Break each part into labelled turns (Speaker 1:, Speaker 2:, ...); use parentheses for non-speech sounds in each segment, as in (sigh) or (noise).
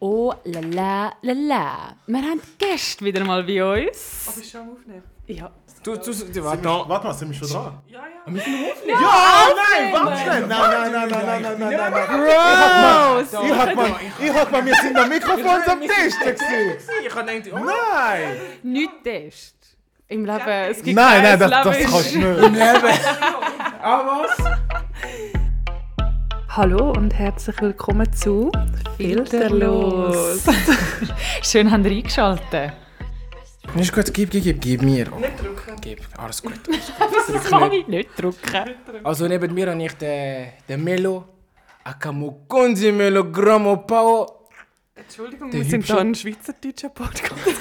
Speaker 1: Oh la la la la. Wir haben Gäste wieder mal bei uns.
Speaker 2: Aber ich schon am Aufnehmen.
Speaker 1: Ja.
Speaker 3: Du, du, du,
Speaker 4: Sind
Speaker 3: warte
Speaker 4: wir,
Speaker 3: noch.
Speaker 4: warte mal, sind wir schon dran?
Speaker 2: Ja, ja.
Speaker 4: Ja, nein, warte schnell! Nein, nein, nein, nein, nein, nein, nein, nein! Gross! Ich hab mal, ich hab mal, wir sind am Mikrofon am Tisch gesehen!
Speaker 2: Ich habe gedacht, oh,
Speaker 4: Nein!
Speaker 1: Nicht Test. Im Leben. Es gibt
Speaker 4: Nein, nein,
Speaker 1: kein
Speaker 4: das, das
Speaker 1: Leben ist-
Speaker 4: kannst du nicht!
Speaker 2: ah, was?
Speaker 5: Hallo und herzlich willkommen zu Filterlos.
Speaker 1: (laughs) Schön, haben ihr eingeschaltet.
Speaker 3: Ist gut, gib, gib, gib, gib mir.
Speaker 2: Nicht drücken.
Speaker 3: Gib, alles gut.
Speaker 1: Das kann ich nicht drucken.
Speaker 3: Also neben mir habe ich den, den Melo. Akamukonzi Melo Gramo Pao.
Speaker 2: Entschuldigung,
Speaker 3: Der
Speaker 2: wir sind
Speaker 3: hübsche-
Speaker 2: schon ein schweizerdeutscher Podcast.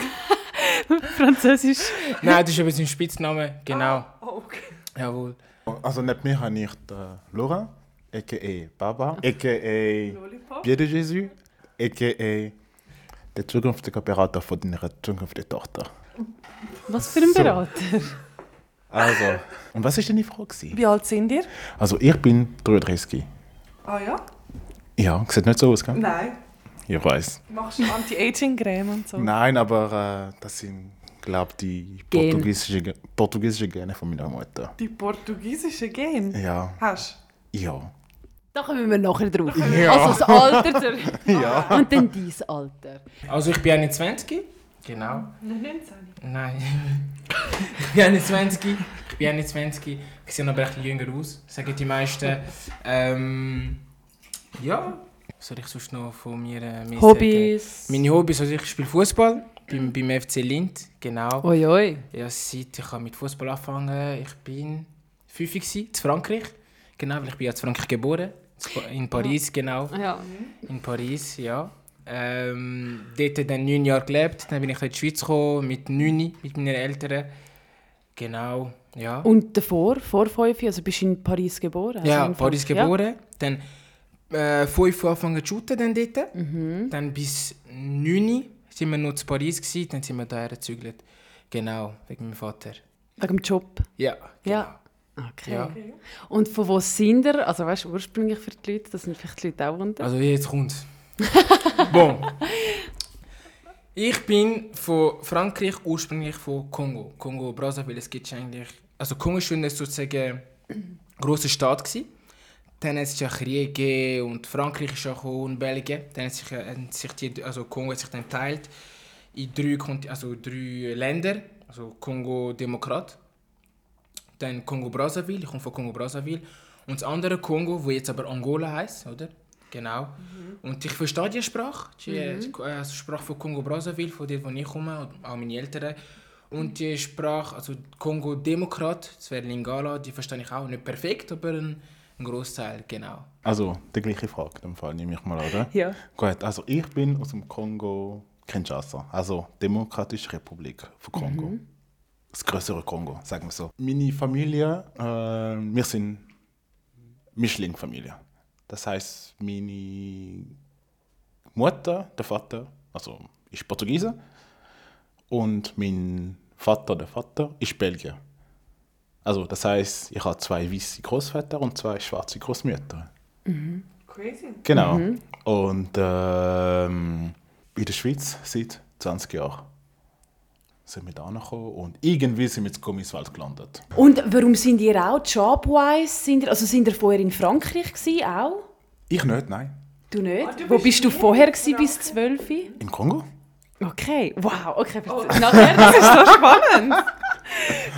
Speaker 1: Französisch.
Speaker 3: Nein, das ist eben sein Spitzname. Genau.
Speaker 2: Oh, okay.
Speaker 3: Jawohl.
Speaker 4: Also neben mir habe ich den Laura, a.k.a. Baba, a.k.a.
Speaker 2: Lollipop.
Speaker 4: Pied de Jésus, a.k.a. der zukünftige Berater von deiner zukünftigen Tochter.
Speaker 1: Was für ein
Speaker 4: So.
Speaker 1: Berater.
Speaker 4: Also, und was war denn die Frage? gewesen?
Speaker 2: Wie alt sind ihr?
Speaker 4: Also ich bin 33.
Speaker 2: Ah ja?
Speaker 4: Ja, sieht nicht so aus, gell?
Speaker 2: Nein.
Speaker 4: Ich weiß.
Speaker 2: Machst du (laughs) Anti-Aging-Creme und so?
Speaker 4: Nein, aber äh, das sind, glaube ich, die
Speaker 1: Gen.
Speaker 4: portugiesische, Ge- portugiesische Gene von meiner Mutter.
Speaker 2: Die portugiesische Gen.
Speaker 4: Ja,
Speaker 2: Hast
Speaker 4: ja.
Speaker 1: Da kommen wir nachher drauf.
Speaker 4: Ja.
Speaker 1: Also das Alter zurück. Und dann dein Alter.
Speaker 3: Also ich bin 21. Genau.
Speaker 2: du? 19.
Speaker 3: Nein. ich bin 21. Ich bin 21. Ich sehe aber ein bisschen jünger aus, sagen die meisten. Ähm, ja. Was soll ich sonst noch von mir äh, mehr sagen?
Speaker 1: Hobbys.
Speaker 3: Meine Hobbys, also ich spiele Fußball beim, beim FC Lind, genau.
Speaker 1: Oi, oi.
Speaker 3: Ja, seit ich habe mit Fußball angefangen ich bin fünf in Frankreich. Genau, weil ich bin ja in Frankreich geboren. in Pa- In Paris, genau.
Speaker 1: Ja.
Speaker 3: In Paris, ja. Ähm, dort dann neun Jahre gelebt. Dann bin ich in die Schweiz gekommen, mit neun, mit meinen Eltern. Genau, ja.
Speaker 1: Und davor, vor fünf, also bist du in Paris geboren? also
Speaker 3: ja,
Speaker 1: in
Speaker 3: Paris
Speaker 1: Frankreich.
Speaker 3: geboren. Dann äh, fünf Uhr angefangen zu shooten dann dort.
Speaker 1: Mhm.
Speaker 3: Dann bis neun sind wir noch in Paris gewesen. Dann sind wir hierher gezügelt. Genau, wegen meinem Vater.
Speaker 1: Ja. Wegen dem Job.
Speaker 3: Ja, genau.
Speaker 1: Ja. Okay.
Speaker 3: Ja.
Speaker 1: Und von wo sind ihr? Also weißt du, ursprünglich für die Leute, das sind vielleicht die Leute auch wundern.
Speaker 3: Also jetzt kommt's. (laughs) bon. Ich bin von Frankreich, ursprünglich von Kongo. Kongo, Brazzaville, es gibt eigentlich... Also Kongo war schon sozusagen ein grosser Staat. Gewesen. Dann hat es ja Krieg gegeben und Frankreich ist auch gekommen und Belgien. Dann hat sich, äh, haben sich die, also Kongo hat sich dann geteilt in drei, Konti- also drei Länder. Also Kongo Demokrat, dann Kongo Brazzaville, ich komme von Kongo Brazzaville und das andere Kongo, wo jetzt aber Angola heißt, oder? Genau. Und ich verstehe die Sprache, die äh, die Sprache von Kongo Brazzaville, von dort, wo ich komme, und auch meine Eltern. Und die Sprache, also Kongo Demokrat, das wäre Lingala, die verstehe ich auch nicht perfekt, aber ein, ein Großteil, genau.
Speaker 4: Also, die gleiche Frage, im Fall nehme ich mal, oder?
Speaker 1: Ja.
Speaker 4: Gut, also ich bin aus dem Kongo Kinshasa, also Demokratische Republik von Kongo. Das größere Kongo, sagen wir so. Meine Familie, äh, wir sind Mischling-Familie. Das heißt, meine Mutter, der Vater, also ist Portugiese und mein Vater, der Vater, ist Belgier. Also das heißt, ich habe zwei weiße Großväter und zwei schwarze Großmütter.
Speaker 2: Crazy.
Speaker 4: Genau. Und ähm, in der Schweiz seit 20 Jahren sind wir da angekommen und irgendwie sind wir jetzt Gummiswald gelandet.
Speaker 1: Und warum sind ihr auch jobwise? Sind ihr, also sind ihr vorher in Frankreich gewesen, auch?
Speaker 4: Ich nicht, nein.
Speaker 1: Du nicht?
Speaker 2: du
Speaker 1: wo
Speaker 2: bist
Speaker 1: bist du
Speaker 2: nie
Speaker 1: vorher
Speaker 2: in
Speaker 1: gewesen, bis zwölf?
Speaker 4: In Kongo?
Speaker 1: Okay, wow, okay. verzeih- Nachher, das ist so spannend.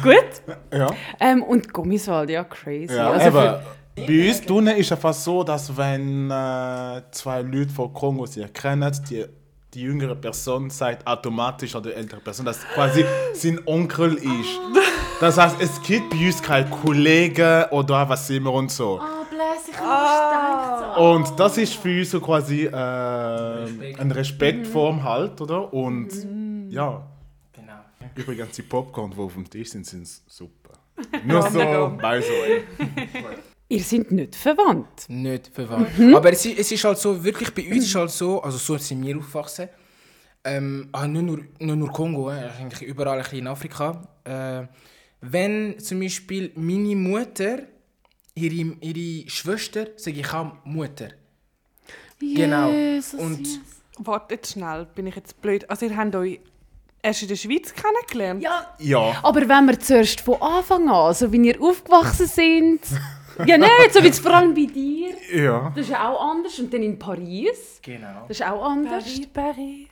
Speaker 1: Gut.
Speaker 4: Ja.
Speaker 1: Ähm, und Gummiswald, ja, crazy.
Speaker 4: ja
Speaker 1: also
Speaker 4: eben. Bei uns drinnen ist es fast so, dass wenn äh, zwei Leute von Kongo sich kennen, die, die jüngere Person sagt automatisch an die ältere Person, dass quasi sein Onkel ist. Das heißt, es gibt bei uns keine Kollegen oder was immer und so.
Speaker 1: Ah, bless, ich ah.
Speaker 4: Und das ist für uns so quasi äh, ein
Speaker 2: Mhm.
Speaker 4: Respektform halt, oder? Und ja,
Speaker 3: Genau.
Speaker 4: übrigens die Popcorn, die auf dem Tisch sind, sind (laughs) super. Nur so, by the way.
Speaker 1: Ihr seid nicht verwandt.
Speaker 3: Nicht verwandt.
Speaker 1: Mhm.
Speaker 3: Aber es ist, es ist halt so, wirklich bei uns ist halt so, also so sind wir aufgewachsen. Ähm, ah, nicht, nur, nicht nur Kongo, äh, eigentlich überall ein bisschen in Afrika. Äh, wenn zum Beispiel meine Mutter, ihre, ihre Schwester, sage ich auch Mutter. Genau.
Speaker 1: Jesus,
Speaker 3: und,
Speaker 1: yes.
Speaker 2: Wartet schnell, bin ich jetzt blöd. Also ihr habt euch erst in der Schweiz kennengelernt?
Speaker 6: Ja.
Speaker 4: Ja.
Speaker 1: Aber wenn wir zuerst von Anfang an, so wie wir aufgewachsen sind. ja, nicht, so wie es vor allem bei dir.
Speaker 4: Ja.
Speaker 1: Das ist ja auch anders. Und dann in Paris.
Speaker 3: Genau.
Speaker 1: Das ist auch anders.
Speaker 2: Paris.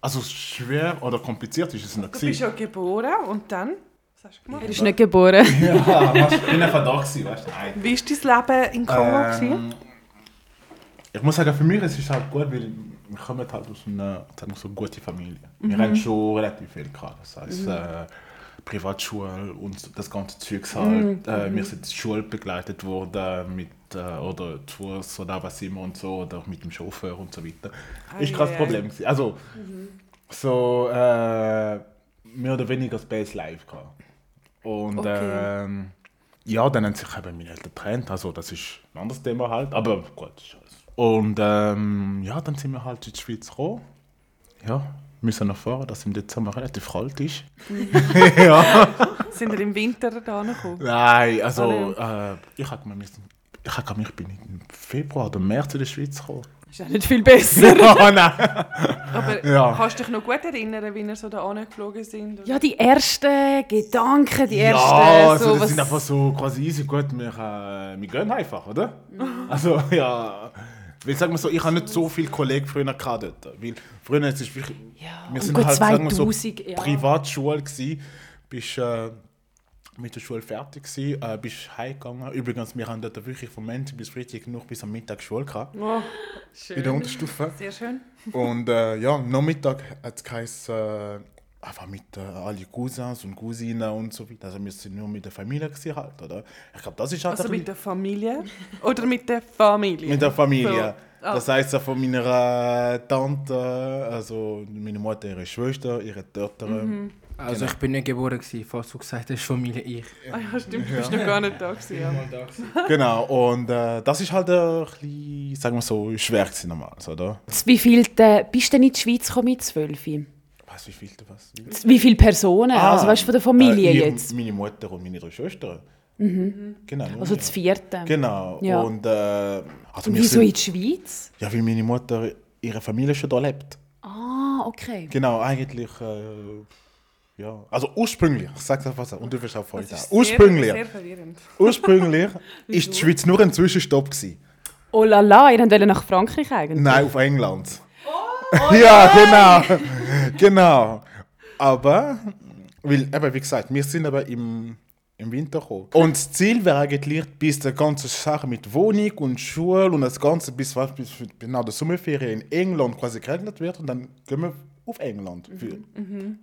Speaker 4: Also schwer oder kompliziert ist es noch
Speaker 2: Du
Speaker 4: gewesen.
Speaker 2: bist ja geboren und dann? Was hast du gemacht?
Speaker 1: Er ist nicht geboren.
Speaker 4: (laughs) Ja, weißt, ich bin einfach da gewesen, weißt du? Nein.
Speaker 2: Wie war dein Leben in Kongo? gewesen?
Speaker 4: Ähm, ich muss sagen, für mich ist es halt gut, weil wir kommen halt aus einer sagen wir so, guten Familie. Wir
Speaker 2: Mhm.
Speaker 4: haben schon relativ viel gehabt. Das heißt, äh, Privatschule und das ganze Zeugs
Speaker 2: Mhm.
Speaker 4: halt. Äh, wir sind zur Schule begleitet worden mit äh, oder Tours oder was immer und so oder mit dem Chauffeur und so weiter. ist kein
Speaker 2: Ei, Mhm. ei, ei.
Speaker 4: Problem. gewesen. Also, so äh, mehr oder weniger Space Life gehabt. Und
Speaker 2: Okay.
Speaker 4: ähm, ja, dann haben sich eben meine Eltern getrennt. Also, das ist ein anderes Thema halt. Aber gut, ist alles. Und ähm, ja, dann sind wir halt in die Schweiz gekommen. Ja, müssen erfahren, dass im Dezember relativ kalt ist.
Speaker 2: Sind wir im Winter da gekommen?
Speaker 4: Nein, also äh, ich habe mir müssen. Ich habe mich bin im Februar oder März in die Schweiz gekommen.
Speaker 6: Ist ja nicht viel besser.
Speaker 4: oh nein!
Speaker 2: Aber
Speaker 4: Ja.
Speaker 2: kannst du dich noch gut erinnern, wie wir so da geflogen sind?
Speaker 1: Ja, die ersten Gedanken, die ersten.
Speaker 4: ja, also
Speaker 1: so
Speaker 4: das
Speaker 1: was-
Speaker 4: sind einfach so quasi easy gut, wir, äh, wir gehen einfach, oder?
Speaker 1: Mhm.
Speaker 4: Also ja, weil sagen wir so, ich habe nicht so viele Kollegen früher gehabt dort, weil früher ist es wirklich, wir sind
Speaker 1: gut
Speaker 4: halt sagen wir so
Speaker 1: 2000, ja.
Speaker 4: Privatschule gewesen, bist äh, mit der Schule fertig gewesen, äh, bist heimgegangen. Übrigens, wir haben dort wirklich vom Montag bis Freitag noch bis am Mittag Schule gehabt,
Speaker 2: Oh,
Speaker 4: in der Unterstufe.
Speaker 2: sehr schön.
Speaker 4: Und äh, ja, am Nachmittag hat es geheißen, äh, einfach mit äh, alle Cousins und Cousinen und so weiter. Also wir sind nur mit der Familie gewesen halt, oder? Ich glaube, das ist halt
Speaker 2: Also
Speaker 4: ein
Speaker 2: mit
Speaker 4: bisschen-
Speaker 2: der Familie? Oder mit der Familie?
Speaker 4: mit der Familie.
Speaker 2: So. Ah.
Speaker 4: Das heißt, von meiner äh, Tante, also meine Mutter, ihre Schwester, ihre Töchter.
Speaker 1: Mhm.
Speaker 3: Also
Speaker 1: Genau.
Speaker 3: ich bin nicht geboren, gewesen, falls du gesagt hast, Familie ich.
Speaker 2: Ah ja, stimmt, du bist noch gar nicht da gewesen. Ja.
Speaker 4: (laughs) Genau, und äh, das ist halt ein bisschen, sagen wir so, schwer gewesen damals, oder?
Speaker 1: Zu Wie viel äh, bist du denn in die Schweiz gekommen mit zwölf? Zu
Speaker 4: Was, wie viel, was?
Speaker 1: Wie viele Personen? also weißt du, von der Familie
Speaker 4: Ah. Äh, ihr-
Speaker 1: jetzt?
Speaker 4: Meine Mutter und meine drei Schwestern. Genau. nur
Speaker 1: Also
Speaker 4: wir.
Speaker 1: das vierte.
Speaker 4: Genau,
Speaker 1: Ja.
Speaker 4: und äh, also
Speaker 1: Und
Speaker 4: wir
Speaker 1: wieso in
Speaker 4: sind,
Speaker 1: die Schweiz?
Speaker 4: ja, weil meine Mutter ihre Familie schon da lebt.
Speaker 1: Ah, okay.
Speaker 4: Genau, eigentlich, äh, ja, also ursprünglich, ich sag's einfach so, und du wirst auch voll da.
Speaker 2: Das ist sehr-
Speaker 4: Ursprünglich,
Speaker 2: Sehr verwirrend.
Speaker 4: ursprünglich ist die Schweiz nur ein Zwischenstopp gewesen.
Speaker 1: Oh la la, ihr wollt nach Frankreich eigentlich?
Speaker 4: Nein, auf England. (laughs) ja, genau. (laughs) genau. Aber, weil, eben, wie gesagt, wir sind aber im, im Winter gekommen. Und das Ziel wäre eigentlich, bis die ganze Sache mit Wohnung und Schule und das Ganze bis, was- bis genau der Sommerferien in England quasi geregelt wird. Und dann gehen wir auf England. Für,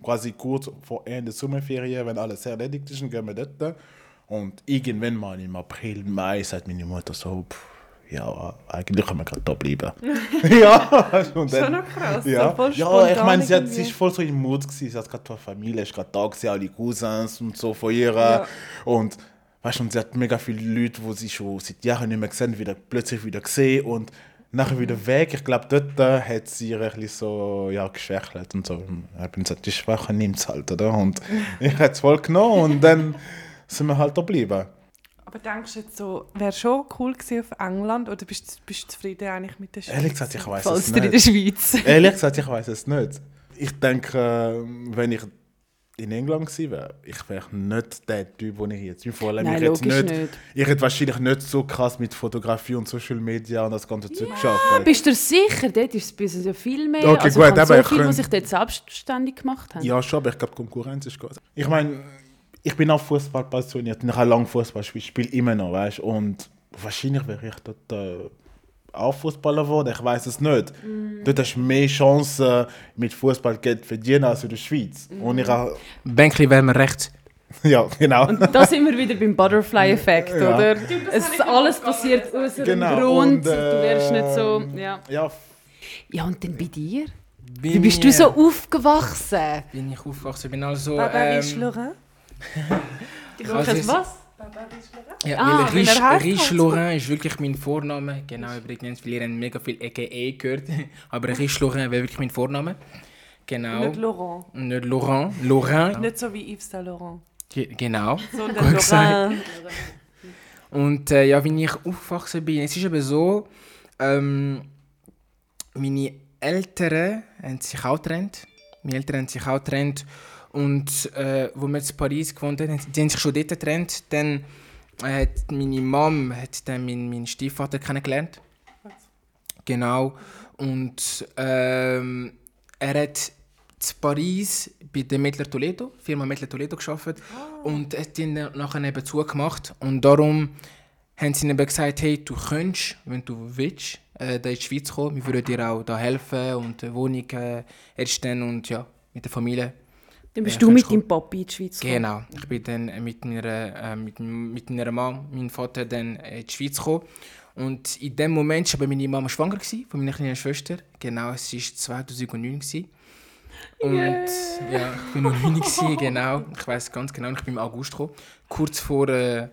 Speaker 4: Quasi kurz vor Ende Sommerferien, wenn alles erledigt ist, dann gehen wir dort. Und irgendwann mal im April, Mai, sagt meine Mutter so, pff, ja, eigentlich können wir gerade da bleiben. (laughs) ja, also, und
Speaker 2: Schon noch krass.
Speaker 4: ja,
Speaker 2: So voll
Speaker 4: ja
Speaker 2: spontan
Speaker 4: ich meine, sie hat
Speaker 2: irgendwie.
Speaker 4: sich voll so im Mut gewesen. Sie hat gerade ihre Familie, ich gerade da gesehen, alle Cousins und so von ihr.
Speaker 2: Ja.
Speaker 4: Und weißt du, und sie hat mega viele Leute, die sie schon seit Jahren nicht mehr gesehen wieder plötzlich wieder gesehen und nachher
Speaker 2: Mhm.
Speaker 4: wieder weg. Ich glaube, dort äh, hat sie ihr ein bisschen so ja, geschwächelt und so. Ich habe gesagt, die Schwache nimmt es halt, oder?
Speaker 2: (laughs)
Speaker 4: Und ich habe es voll genommen und dann sind wir halt da geblieben.
Speaker 2: Aber denkst du jetzt so, wäre schon cool gewesen auf England oder bist, du- bist du zufrieden eigentlich mit der Schweiz?
Speaker 4: Ehrlich gesagt, ich weiß
Speaker 1: Falls
Speaker 4: es
Speaker 1: ihr in der
Speaker 4: nicht.
Speaker 1: Schweiz.
Speaker 4: Ehrlich gesagt, ich weiß es nicht. Ich denke, äh, wenn ich in England gewesen wäre, ich wäre nicht der Typ, den ich jetzt bin. Vor allem,
Speaker 1: Nein,
Speaker 4: ich hätte
Speaker 1: logisch
Speaker 4: nicht,
Speaker 1: nicht.
Speaker 4: Ich hätte wahrscheinlich nicht so krass mit Fotografie und Social Media und das ganze Zeug geschafft.
Speaker 1: Bist du sicher? Dort ist es bei uns ja viel mehr.
Speaker 4: Okay,
Speaker 1: also
Speaker 4: gut,
Speaker 1: ich habe
Speaker 4: aber ich
Speaker 1: so viele, die
Speaker 4: könnte-
Speaker 1: sich dort selbstständig gemacht haben.
Speaker 4: Ja, schon, aber ich glaube, Konkurrenz ist groß. Ich meine, ich bin auch Fußball passioniert. Ich habe lange Fußball gespielt, spiele immer noch, weißt du. Und wahrscheinlich wäre ich dort äh, auch Fußballer geworden, ich weiß es nicht.
Speaker 1: Mhm.
Speaker 4: Dort hast du mehr Chancen, äh, mit Fußball Geld zu verdienen als in der Schweiz. Und ich auch,
Speaker 3: Bänkli wäre mir recht.
Speaker 4: (laughs) ja, genau.
Speaker 1: Da sind wir wieder beim Butterfly-Effekt,
Speaker 4: Ja.
Speaker 1: oder? Es, alles passiert aus einem
Speaker 4: Genau,
Speaker 1: Grund.
Speaker 4: und,
Speaker 1: du wärst nicht so.
Speaker 4: ähm,
Speaker 1: Ja.
Speaker 4: ja, f-
Speaker 1: ja, und dann bei dir? Wie bist du so aufgewachsen?
Speaker 3: Bin ich aufgewachsen, bin also...
Speaker 2: Baba
Speaker 3: ähm,
Speaker 2: Wischlerin?
Speaker 1: Ich
Speaker 3: weiß es-
Speaker 1: was?
Speaker 3: Ja,
Speaker 1: Ah,
Speaker 3: weil
Speaker 2: wenn er heißt,
Speaker 3: Rich, Rich
Speaker 2: heißt
Speaker 3: Laurin ist wirklich mein Vorname. Genau, übrigens, weil ihr habt mega viel AKA (laughs) gehört. Aber Rich Laurin wäre wirklich mein Vorname. Genau.
Speaker 2: Nicht Laurent.
Speaker 3: Nicht Laurent. Laurin.
Speaker 2: Nicht so wie Yves
Speaker 3: (laughs)
Speaker 2: Saint Laurent.
Speaker 3: Ge- Genau.
Speaker 2: Sondern
Speaker 3: gesagt.
Speaker 2: Laurent.
Speaker 3: Und äh, ja, wenn ich aufgewachsen bin, es ist eben so, ähm, meine Eltern haben sich auch getrennt. Meine Eltern haben sich auch getrennt. Und äh, wo wir in Paris gewohnt haben, die haben sich schon dort getrennt. Dann äh, hat meine Mom hat dann meinen, meinen Stiefvater kennengelernt. Genau. Und ähm, er hat in Paris bei der Mittler Toledo, Firma Mittler Toledo, gearbeitet und hat ihn dann nachher eben zugemacht. Und darum haben sie ihm eben gesagt, hey, du könntest, wenn du willst, äh, da in die Schweiz kommen. Wir würden dir auch da helfen und eine Wohnung äh, erstellen und ja, mit der Familie.
Speaker 4: Dann bist
Speaker 3: Ja,
Speaker 4: du
Speaker 3: kannst
Speaker 4: mit
Speaker 3: kommen.
Speaker 4: deinem Papi in die Schweiz gekommen.
Speaker 3: Genau, ich bin dann äh, mit meiner, äh, mit, m- mit meiner Mama, meinem Vater, dann äh, in die Schweiz gekommen. Und in dem Moment war aber meine Mama schwanger gewesen, von meiner kleinen Schwester. Genau, es war 2009. Gewesen. Und ja, ich bin noch 9 gewesen, genau. Ich weiß ganz genau, ich bin im August gekommen. Kurz vor äh,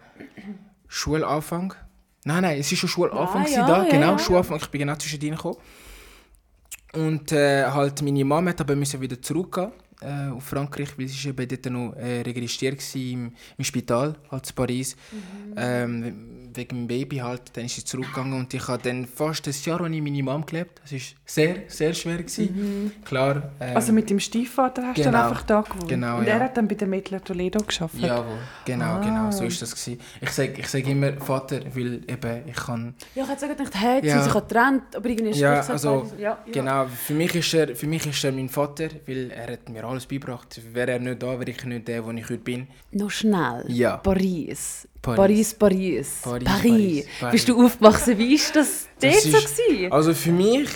Speaker 3: Schulanfang. Nein, nein, es war schon Schulanfang
Speaker 4: Ah,
Speaker 3: gewesen
Speaker 4: ja,
Speaker 3: da,
Speaker 4: ja,
Speaker 3: genau,
Speaker 4: ja.
Speaker 3: Schulanfang. Ich bin genau zwischen denen gekommen. Und äh, halt meine Mama hat aber müssen wieder zurückgehen äh, auf Frankreich, weil sie war eben dort noch äh, registriert gewesen im, im Spital, halt in Paris,
Speaker 4: Mhm.
Speaker 3: ähm, we- wegen dem Baby halt. Dann ist sie zurückgegangen und ich habe dann fast ein Jahr ohne meine Mama gelebt. Das war sehr, sehr schwer. Gewesen.
Speaker 4: Mhm.
Speaker 3: Klar. ähm,
Speaker 2: Also mit dem Stiefvater hast du
Speaker 3: Genau.
Speaker 2: dann einfach da gewohnt.
Speaker 3: Genau,
Speaker 2: Und
Speaker 3: ja.
Speaker 2: er hat dann bei der Mittler Toledo geschafft.
Speaker 3: Jawohl, genau, genau, so ist das gewesen. Ich sage ich sag immer Vater, weil eben ich kann...
Speaker 4: Ja, ich hätte sogar gedacht, hey, jetzt
Speaker 3: Ja.
Speaker 4: sind sie sich getrennt, aber irgendwie ist
Speaker 3: Ja,
Speaker 4: es
Speaker 3: also,
Speaker 4: ja, ja.
Speaker 3: Genau, für mich, ist er, für mich ist er mein Vater, weil er hat mir alles beigebracht. Wäre er nicht da, wäre ich nicht der, wo ich heute bin.
Speaker 1: Noch schnell.
Speaker 3: Ja.
Speaker 1: Paris. Paris,
Speaker 3: Paris.
Speaker 1: Paris.
Speaker 3: Paris,
Speaker 1: Paris.
Speaker 3: Paris, Paris.
Speaker 1: Bist du aufgewachsen? Wie war das dort
Speaker 3: Das
Speaker 1: so?
Speaker 3: ist-
Speaker 1: Gewesen?
Speaker 3: Also für mich,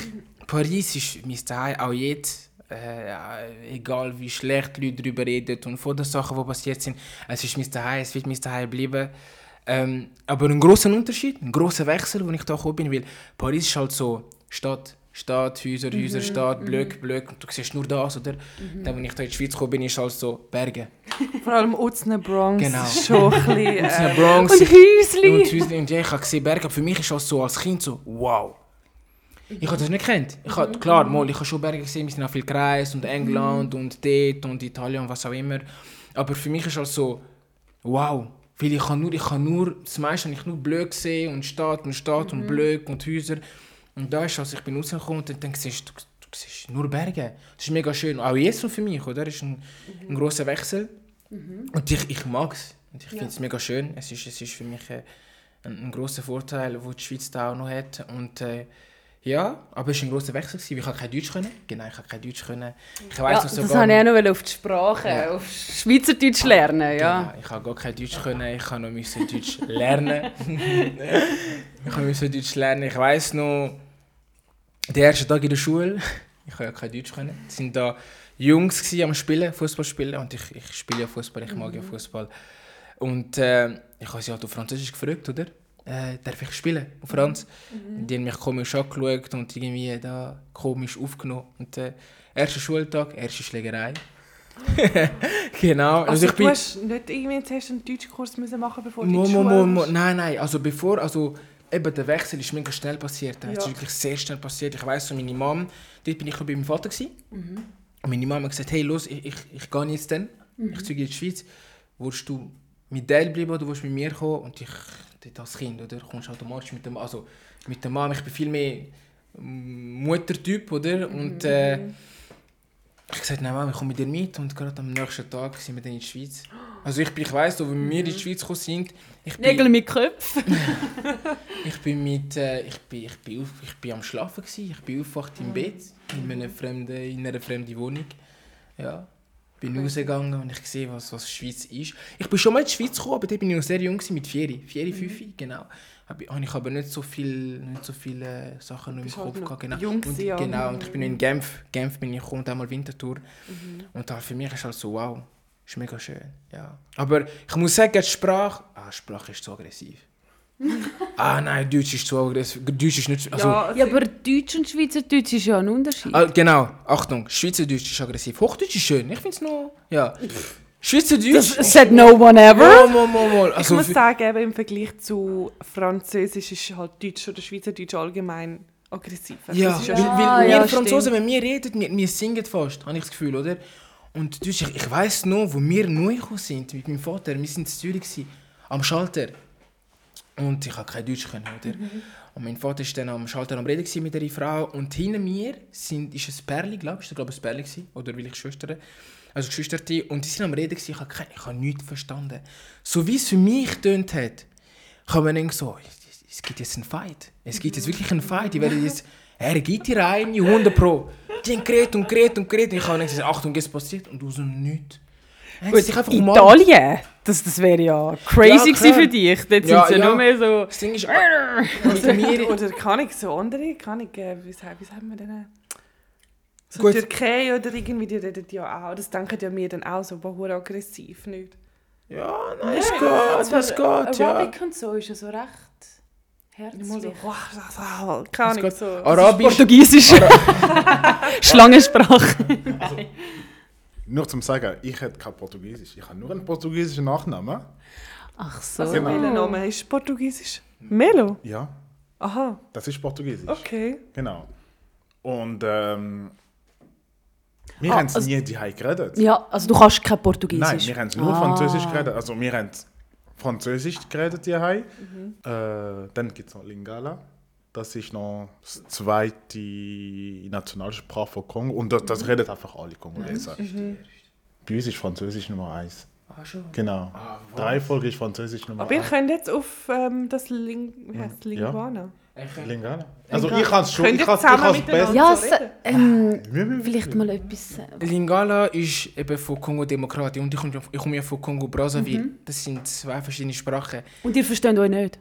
Speaker 3: Paris ist mein Teil, auch jetzt. Äh, ja, egal wie schlecht die Leute darüber reden und vor den Sachen, die passiert sind, es ist mein Teil, es wird mein Teil bleiben. Ähm, aber ein großer Unterschied, ein großer Wechsel, wo ich da gekommen bin, weil Paris ist halt so Stadt, Stadt, Häuser, Häuser, Stadt, Blöcke, Blöcke, und du siehst nur das, oder? Dann, wenn ich da in die Schweiz gekommen bin, ist halt so Berge.
Speaker 2: Vor allem Utzner Bronx
Speaker 3: Genau.
Speaker 2: ist schon ein bisschen...
Speaker 3: (laughs) Und
Speaker 2: Äh,
Speaker 3: äh, Bronx,
Speaker 1: Und Häusli.
Speaker 3: und Häusli. Und ja, ich habe gesehen Berge. Aber für mich ist das so als Kind so, wow. Ich habe das nicht gekannt. Ich hab, klar, mal, ich habe schon Berge gesehen, wir sind auch viel gereist und England und dort und Italien und was auch immer. Aber für mich ist das so, wow. Weil ich kann nur, ich kann nur, das meiste habe ich nur Blöcke gesehen und Stadt und Stadt und Blöcke und Häuser. Und da ist also, ich bin rausgekommen und dann, dann siehst du, du siehst nur Berge. Das ist mega schön. Auch jetzt noch für mich, oder? Das ist ein, ein großer Wechsel.
Speaker 1: Mhm.
Speaker 3: Und ich, ich mag es. Und ich finde es mega schön. Es ist, es ist für mich äh, ein, ein großer Vorteil, den die Schweiz da auch noch hat. Und äh, ja, aber es war ein großer Wechsel. Gewesen. weil Ich habe kein Deutsch können. Genau, ich habe kein Deutsch können. Ich weiß
Speaker 1: Ja,
Speaker 3: noch
Speaker 1: das
Speaker 3: sogar.
Speaker 1: wollte ich auch noch wollen, auf die Sprache, auf Schweizerdeutsch lernen. Ja.
Speaker 3: Genau, ich habe gar kein Deutsch können. Ich habe noch müssen Deutsch (laughs) lernen. ich habe müssen Deutsch lernen. Ich weiß noch, der erste Tag in der Schule. (laughs) Ich habe ja kein Deutsch können. Es sind da Jungs gsi am Spielen, Fußball spielen und ich, ich spiele ja Fußball. Ich mag ja Fußball. Und äh, ich habe sie halt auf Französisch gefragt, oder? Äh, darf ich spielen auf Franz? Die haben mich komisch angeschaut und irgendwie da komisch aufgenommen. Und äh, erster Schultag, erste Schlägerei. (laughs) genau.
Speaker 2: also du hast nicht irgendwie zuerst einen Deutschkurs müssen machen, bevor du in
Speaker 3: Mo,
Speaker 2: die
Speaker 3: mo,
Speaker 2: Schule
Speaker 3: mo, mo.
Speaker 2: bist?
Speaker 3: Nein, nein, also bevor, also eben der Wechsel ist mega schnell passiert. Es ist wirklich sehr schnell passiert. Ich weiss, so meine Mom, dort bin ich noch bei meinem Vater gsi
Speaker 2: Mhm.
Speaker 3: Und meine Mama hat gesagt, hey, los, ich, ich, ich gehe jetzt dann,
Speaker 2: Mhm.
Speaker 3: ich ziehe in die Schweiz. Willst du mit dir bleiben oder willst du mit mir kommen? Und ich, dort als Kind, oder, kommst du automatisch mit dem, also mit der Mom, ich bin viel mehr mm, Muttertyp, oder? Und äh, ich habe gesagt, nein, Mama, ich komme mit dir mit. Und gerade am nächsten Tag sind wir dann in die Schweiz. Also ich, bin, ich weiss, so, wenn wir in die Schweiz gekommen sind, ich bin...
Speaker 1: Nägel mit Köpfen.
Speaker 3: Ich bin mit, äh, ich bin, ich bin, auf, ich bin am Schlafen gewesen. Ich bin aufgewacht
Speaker 2: Mhm.
Speaker 3: im Bett in einer fremden, in einer fremden Wohnung. Ja, bin rausgegangen und ich gesehen, was was Schweiz ist. Ich bin schon mal in die Schweiz gekommen, aber da bin ich noch sehr jung gewesen, mit vier,
Speaker 2: Mhm.
Speaker 3: vier, fünf, genau. Habe habe ich aber nicht so viel, nicht so viele Sachen noch im
Speaker 2: bist
Speaker 3: Kopf
Speaker 2: halt noch
Speaker 3: gehabt, genau.
Speaker 2: jung
Speaker 3: und,
Speaker 2: gewesen, ja. Mhm.
Speaker 3: genau, und ich bin noch in Genf, Genf bin ich gekommen, und einmal Winterthur.
Speaker 2: Mhm.
Speaker 3: Und da für mich ist halt so, wow, ist mega schön, ja. Aber ich muss sagen, die Sprache, ah, Sprache ist so aggressiv. Ah nein, Deutsch ist zu aggressiv. Deutsch ist nicht. Also,
Speaker 2: Ja,
Speaker 1: Ja, aber Deutsch und Schweizerdeutsch ist ja ein Unterschied.
Speaker 3: Ah, genau, Achtung, Schweizerdeutsch ist aggressiv. Hochdeutsch ist schön, ich finde es noch. Ja. Schweizerdeutsch. Oh,
Speaker 1: Said no one ever.
Speaker 3: Mal, mal, mal, mal.
Speaker 2: Ich
Speaker 3: Also,
Speaker 2: muss sagen, eben im Vergleich zu Französisch ist halt Deutsch oder Schweizerdeutsch allgemein aggressiver.
Speaker 3: ja,
Speaker 2: Das ist
Speaker 3: weil, (laughs)
Speaker 2: schon-
Speaker 3: weil wir
Speaker 1: ja,
Speaker 3: Franzosen, wenn wir reden, wir, wir singen fast, habe ich das Gefühl, oder? Und Deutsch, ich, ich weiß noch, wo wir neu gekommen sind mit meinem Vater. Wir sind in Zürich, gewesen, am Schalter. Und ich habe kein Deutsch können, oder? Und mein Vater war dann am Schalter am Reden gewesen mit ihrer Frau. Und hinter mir sind, ist ein Perli, glaube ich. Ich glaube, ein Perli gewesen, oder will ich Schwestern. Also Geschwisterte. Und die sind am Reden gewesen. Ich habe keine- ich habe nichts verstanden. So wie es für mich tönt hat, kann man denken so, es- es gibt jetzt einen Fight. Es gibt jetzt wirklich einen Fight. Ich werde jetzt, er gibt dir eine 100 Pro. Die haben geredet und geredet und geredet. Und ich habe dann gesagt, Achtung, jetzt passiert. Und aus dem Nichts. haben sie sich einfach umarmt.
Speaker 7: Italien? Das, das wäre ja crazy
Speaker 3: Ja,
Speaker 7: gewesen
Speaker 3: klar.
Speaker 7: für dich. Dort
Speaker 3: Ja,
Speaker 7: sind sie ja
Speaker 3: ja.
Speaker 7: nur mehr so...
Speaker 3: Das Ding ist, mit mir,
Speaker 2: Oder kann ich so andere, kann ich, äh, wie, sagen, wie sagen wir denn? So
Speaker 3: Gut.
Speaker 2: Türkei oder irgendwie, die reden ja auch. Das denken ja mir dann auch so, boah, hure aggressiv, nicht?
Speaker 3: Ja, nein, es geht, es geht, ja.
Speaker 1: Arabic und so ist ja so recht
Speaker 2: Ich muss
Speaker 1: herzlich.
Speaker 2: so, boah, das auch, kann ich
Speaker 3: geht. Ah,
Speaker 2: so.
Speaker 3: Arabisch,
Speaker 7: Portugiesisch.
Speaker 1: (laughs)
Speaker 7: Schlangensprache.
Speaker 4: Nur zum Sagen, ich hätte kein Portugiesisch. Ich habe nur einen portugiesischen Nachnamen.
Speaker 1: Ach so.
Speaker 4: Genau.
Speaker 2: Welcher Name ist Portugiesisch? Melo?
Speaker 4: Ja,
Speaker 2: Aha,
Speaker 4: das ist Portugiesisch.
Speaker 2: okay.
Speaker 4: Genau. Und ähm, wir
Speaker 1: Ah,
Speaker 4: haben es
Speaker 1: also-
Speaker 4: nie die geredet.
Speaker 1: Ja, also du kannst kein
Speaker 4: Nein,
Speaker 1: Portugiesisch.
Speaker 4: wir haben nur
Speaker 1: Ah.
Speaker 4: Französisch geredet. Also wir haben Französisch geredet hierheim.
Speaker 1: Mhm.
Speaker 4: Äh, dann gibt es noch Lingala. Das ist noch die zweite Nationalsprache von Kongo. Und das,
Speaker 1: Mhm.
Speaker 4: das redet einfach alle Kongolesen. Bei uns ist Französisch Nummer eins.
Speaker 3: Ah, schon.
Speaker 4: Genau. Drei Folgen ist Französisch Nummer
Speaker 3: Ah.
Speaker 2: Aber ihr
Speaker 4: eins.
Speaker 2: könnt jetzt auf ähm, das Ling wie heißt Linguana.
Speaker 4: Lingala. Also ich kann es schon.
Speaker 2: Könnt
Speaker 4: Ich
Speaker 2: ihr
Speaker 4: kann es
Speaker 2: zusammen
Speaker 4: besser.
Speaker 2: miteinander-
Speaker 1: Ja,
Speaker 2: zu
Speaker 1: so,
Speaker 2: reden.
Speaker 1: ähm,
Speaker 4: Wir- wir-
Speaker 1: vielleicht mal etwas. äh,
Speaker 3: Lingala ist eben von Kongo-Demokratie und ich komme, ja- ich komme ja von Kongo-Brazzaville.
Speaker 7: Mhm.
Speaker 3: Das sind zwei verschiedene Sprachen.
Speaker 1: Und ihr versteht euch nicht.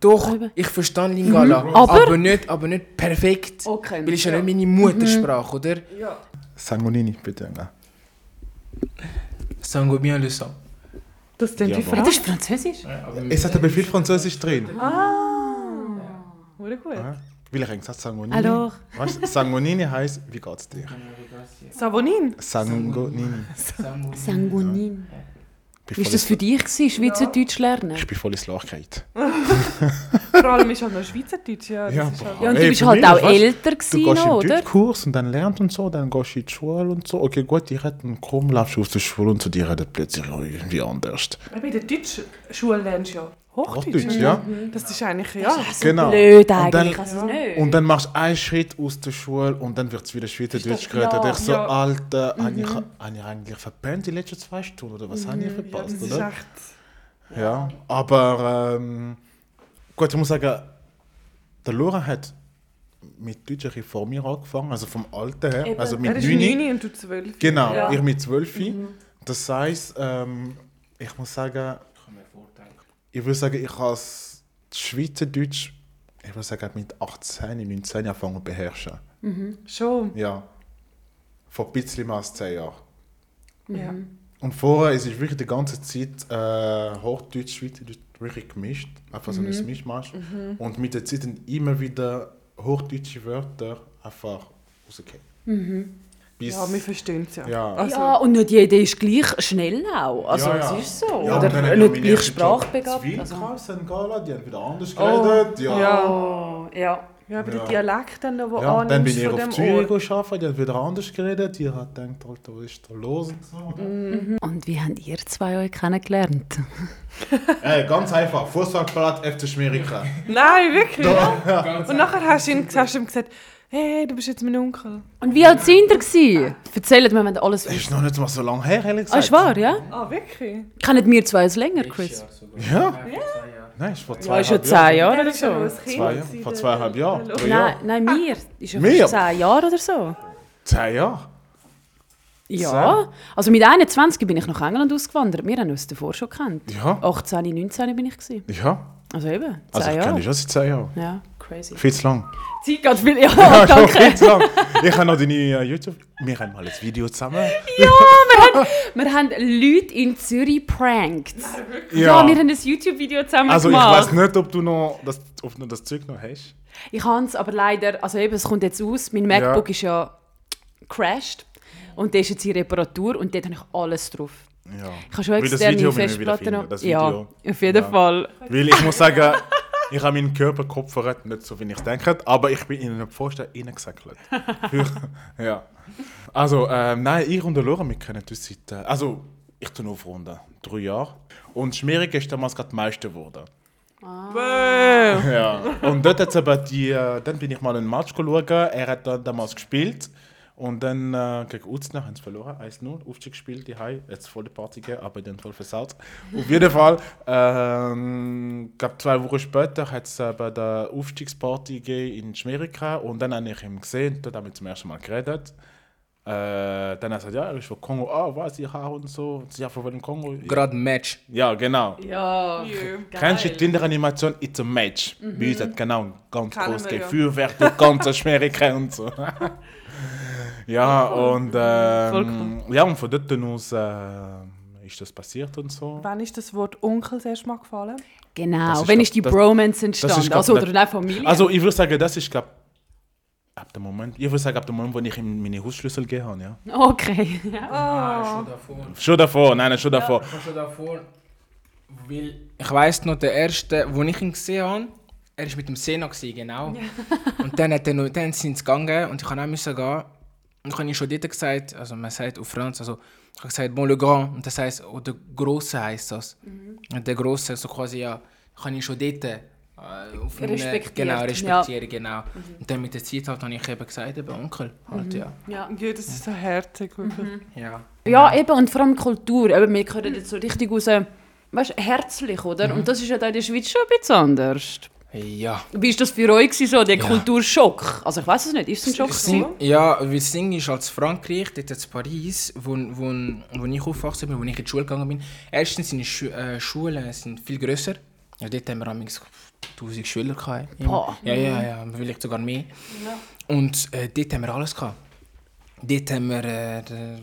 Speaker 3: Doch,
Speaker 1: Eben.
Speaker 3: ich verstehe Lingala,
Speaker 1: Aber-
Speaker 3: aber, nicht, aber nicht perfekt.
Speaker 1: Okay,
Speaker 3: Weil es ja nicht meine Muttersprache, oder?
Speaker 4: Sangonini, bitte. Ja.
Speaker 3: Sango bien le sang.
Speaker 2: Das klingt wie
Speaker 4: Jawohl.
Speaker 1: Ah,
Speaker 2: Französisch.
Speaker 1: das ist Französisch.
Speaker 4: Es hat aber viel Französisch drin.
Speaker 2: Wurde gut.
Speaker 4: Ja. Weil ich gesagt Sangonini.
Speaker 1: Alors.
Speaker 4: Weißt, du, Sangonini heißt, wie geht's dir?
Speaker 2: Savonin.
Speaker 4: Sangonini.
Speaker 3: Sango.
Speaker 1: Sanguinin.
Speaker 4: Ich
Speaker 1: Wie
Speaker 4: bin
Speaker 1: war das
Speaker 4: voll ins-
Speaker 1: für dich, gewesen, Schweizerdeutsch lernen?
Speaker 4: Ich bin voll ins Loch gefallen.
Speaker 2: Vor allem ist halt noch Schweizerdeutsch. Ja, das
Speaker 4: Ja,
Speaker 2: ist halt
Speaker 1: Ja, und
Speaker 4: Ey,
Speaker 1: du bist
Speaker 4: für
Speaker 1: halt
Speaker 4: mich,
Speaker 1: auch
Speaker 4: weißt du,
Speaker 1: älter
Speaker 4: Du
Speaker 1: gewesen,
Speaker 4: gehst
Speaker 1: noch,
Speaker 4: in
Speaker 1: oder?
Speaker 4: den Kurs und dann lernst und so, dann gehst du in die Schule und so. Okay, gut, die reden krumm, laufst du aus der Schule und zu dir redet plötzlich irgendwie anders.
Speaker 2: Eben in der Deutschschule lernst du ja Hochdeutsch.
Speaker 4: Hochdeutsch, ja?
Speaker 2: Das ist eigentlich, ja.
Speaker 4: Genau.
Speaker 1: Blöd
Speaker 4: Und dann-
Speaker 1: eigentlich, also nicht.
Speaker 4: Und dann machst du einen Schritt aus der Schule und dann wird es wieder Schweizerdeutsch geredet.
Speaker 1: Ja,
Speaker 4: ich so,
Speaker 2: ja. Mhm.
Speaker 4: Alter, habe ich, hab ich eigentlich verpennt die letzten zwei Stunden oder was habe ich
Speaker 2: Das
Speaker 4: verpasst,
Speaker 2: ist
Speaker 4: oder?
Speaker 2: echt.
Speaker 4: Ja, aber ähm, gut, ich muss sagen, der Laura hat mit deutscher Reform hier angefangen, also vom Alter her, also
Speaker 2: Er
Speaker 4: mit
Speaker 2: ist
Speaker 4: 9.
Speaker 2: 9 und du 12.
Speaker 4: Genau,
Speaker 2: Ja. Mhm.
Speaker 4: ich mit 12. Das heißt, ähm, ich muss sagen, ich würde sagen, ich habe das Schweizerdeutsch, ich würde sagen, mit 18, 19 angefangen zu beherrschen.
Speaker 2: Schon.
Speaker 4: Ja. Vor ein bisschen mehr als 10 Jahren.
Speaker 2: Ja.
Speaker 4: Und vorher ist es wirklich die ganze Zeit äh, Hochdeutsch, Schweizerdeutsch wirklich gemischt. Einfach
Speaker 2: Mhm.
Speaker 4: so ein Mischmasch. Und mit der Zeit sind immer wieder hochdeutsche Wörter einfach rausgekommen. Bis,
Speaker 2: Mhm. Ja, wir verstehen es ja.
Speaker 4: Ja.
Speaker 2: Also,
Speaker 1: ja, und nicht jeder ist gleich schnell auch. Also,
Speaker 4: Ja,
Speaker 1: es
Speaker 4: ja.
Speaker 1: ist so.
Speaker 4: Ja, und dann
Speaker 1: oder
Speaker 4: haben
Speaker 1: nicht
Speaker 4: wir
Speaker 1: gleich
Speaker 4: mehrere
Speaker 1: sprachbegabt.
Speaker 4: Zwiebeln
Speaker 1: Also.
Speaker 4: gehabt, St. Gallen, die haben wieder anders geredet. Ja. Ja.
Speaker 1: Oh, ja.
Speaker 2: Oh. ja, aber
Speaker 4: Ja.
Speaker 2: der Dialekt dann noch, wo
Speaker 4: dann bin
Speaker 2: annimmst
Speaker 4: ich
Speaker 2: von
Speaker 4: auf
Speaker 2: dem
Speaker 4: Zürich
Speaker 2: Ort.
Speaker 4: gearbeitet, die haben wieder anders geredet. Die hat gedacht, Alter, was ist da los? Und so.
Speaker 1: Mm. Und wie habt ihr zwei euch kennengelernt?
Speaker 4: Ey, ganz einfach, Fußballplatz,
Speaker 1: (laughs)
Speaker 4: FC Schmierika.
Speaker 2: Nein, wirklich. Und nachher hast du ihm, hast du ihm gesagt, hey, du bist jetzt mein Onkel.
Speaker 1: Und wie alt sind ihr gewesen? Erzählt mir, wenn ihr alles
Speaker 4: Das
Speaker 1: wisst.
Speaker 4: ist noch nicht mal so lange her, ehrlich
Speaker 1: Ah,
Speaker 4: gesagt.
Speaker 1: ist wahr, ja?
Speaker 2: Ah, wirklich?
Speaker 1: Kennen wir zwei als länger, Chris?
Speaker 4: Ja? Nein, ist vor zwei
Speaker 1: Ja, ist ja zehn Jahre oder so.
Speaker 4: Zwei, ja. Vor zweieinhalb Jahren. Drei
Speaker 1: Nein,
Speaker 4: Jahre.
Speaker 1: nein, mir. Ist ja
Speaker 4: Wir?
Speaker 1: fast zehn Jahre oder so.
Speaker 4: Zehn Jahre?
Speaker 1: Ja. Also mit 21 bin ich nach England ausgewandert. Wir haben uns davor schon gekannt.
Speaker 4: Ja.
Speaker 1: 18, 19 bin ich. Gewesen.
Speaker 4: Ja.
Speaker 1: Also eben, 10
Speaker 4: Also ich kenne
Speaker 1: Jahre.
Speaker 4: dich schon seit zehn Jahren.
Speaker 1: Ja, crazy.
Speaker 4: Viel zu lang.
Speaker 1: Zeit geht viel. (laughs) Ja,
Speaker 4: schon
Speaker 1: danke.
Speaker 4: viel zu lang. Ich habe noch deine äh, YouTube... Wir haben mal ein
Speaker 1: (laughs)
Speaker 4: Video zusammen.
Speaker 1: Wir haben Leute in Zürich prankt. Ja,
Speaker 4: Ja.
Speaker 1: wir haben ein YouTube-Video zusammen
Speaker 4: Also ich
Speaker 1: gemacht.
Speaker 4: weiß nicht, ob du noch das, ob du das Zeug noch hast.
Speaker 1: Ich habe es aber leider, also eben, es kommt jetzt aus, mein MacBook ist ja crashed und der ist jetzt in Reparatur und dort habe ich alles drauf.
Speaker 4: Ja.
Speaker 1: Ich habe schon
Speaker 4: Weil das
Speaker 1: externe
Speaker 4: Video müssen wir wieder
Speaker 1: Festplatten
Speaker 4: finden,
Speaker 1: noch.
Speaker 4: das
Speaker 1: Ja,
Speaker 4: Video.
Speaker 1: auf jeden
Speaker 4: Ja.
Speaker 1: Fall.
Speaker 4: Weil ich muss sagen, ich habe meinen Körper geopfert, nicht so wie ich denke, aber ich bin in einen Pfosten reingesäckelt. Für- (laughs) ja. Also, ähm, nein, ich und der Laura, wir kennen uns seit, äh, also ich tue nur Runden, drei Jahre. Und Schmierig ist damals gerade Meister geworden.
Speaker 2: Wow.
Speaker 8: Ja. (laughs) Und dort hat's aber die, äh, dann bin ich mal einen Match geschaut, er hat dann damals gespielt. Und dann äh, gegen Uznach haben sie verloren, 1-0, Aufstieg gespielt, die Hai, jetzt volle Party gegeben, aber dann voll versaut. Auf jeden Fall, ähm, gab zwei Wochen später hat es bei der Aufstiegsparty gegeben in Schmerika und dann habe ich ihn gesehen, dort haben wir zum ersten Mal geredet. Äh, dann hat er gesagt, ja, er ist von Kongo, ah, was, ich habe und so. Und sie, Ja, von welchem Kongo?
Speaker 3: Gerade Match.
Speaker 8: Ja, genau.
Speaker 1: Ja.
Speaker 8: Kennst du die Kinderanimation It's a Match? Bei uns hat genau ein ganz
Speaker 2: Kennen
Speaker 8: großes
Speaker 2: wir, ja.
Speaker 8: Feuerwerk durch ganz schwere Grenzen. (laughs) ja, und, ähm, ja, und von dort aus äh, ist das passiert und so.
Speaker 2: Wann ist das Wort Onkel das erste Mal gefallen?
Speaker 8: Das
Speaker 1: Genau,
Speaker 8: ist
Speaker 1: wenn
Speaker 8: doch-
Speaker 1: ist die
Speaker 8: das-
Speaker 1: Bromance entstanden?
Speaker 8: glaub,
Speaker 1: Also, oder
Speaker 8: nicht-
Speaker 1: eine Familie?
Speaker 8: Also ich würde sagen, das ist, glaube ab dem Moment, ich würde sagen, ab dem Moment, wo ich ihm meine Hausschlüssel gegeben habe, ja.
Speaker 1: (laughs) okay. Ja.
Speaker 3: Ah, schon davor.
Speaker 8: Schon davor, nein, nein, schon davor.
Speaker 3: Schon davor. Weil ich weiss noch, der erste, wo ich ihn gesehen habe, er war mit dem Sena, gewesen, genau. (laughs) und dann, hat er noch, dann sind sie gegangen und ich musste auch müssen gehen. Und ich habe ihm schon dort gesagt, also man sagt auf Franz, also ich habe gesagt, bon le grand, und das heisst, oh, der Grosse heisst das.
Speaker 1: Mhm.
Speaker 3: Und der Grosse, so quasi, ja, ich habe ihn schon dort äh, auf einen-
Speaker 1: Respektiert,
Speaker 3: Genau,
Speaker 1: ja. Mhm.
Speaker 3: respektieren, genau. Und dann mit der Zeit halt, habe ich eben gesagt, eben Onkel, halt, ja.
Speaker 1: Ja.
Speaker 2: (laughs) Ja, das ist so herzig, wirklich.
Speaker 3: ja.
Speaker 1: ja, eben, und vor allem Kultur. Eben, wir können jetzt so richtig aus, äh, weißt, herzlich, oder? Und das ist ja da in der Schweiz schon ein bisschen anders.
Speaker 3: Ja.
Speaker 1: Wie war das für euch gewesen, so, der
Speaker 3: Ja.
Speaker 1: Kulturschock? Also ich weiß es nicht, ist es ein Schock?
Speaker 3: Sing,
Speaker 1: gewesen?
Speaker 3: ja, weil das Ding ist, als Frankreich, dort in Paris, wo, wo, wo ich aufgewachsen bin, wo ich in die Schule gegangen bin, erstens sind die Schu äh, Schulen sind viel grösser. Ja, dort haben wir amigs 1000 Schüler. Gehabt, ja.
Speaker 1: Boah.
Speaker 3: ja, ja, ja, vielleicht sogar mehr. Und äh, dort haben wir alles. Gehabt. Dort haben wir... Äh, der-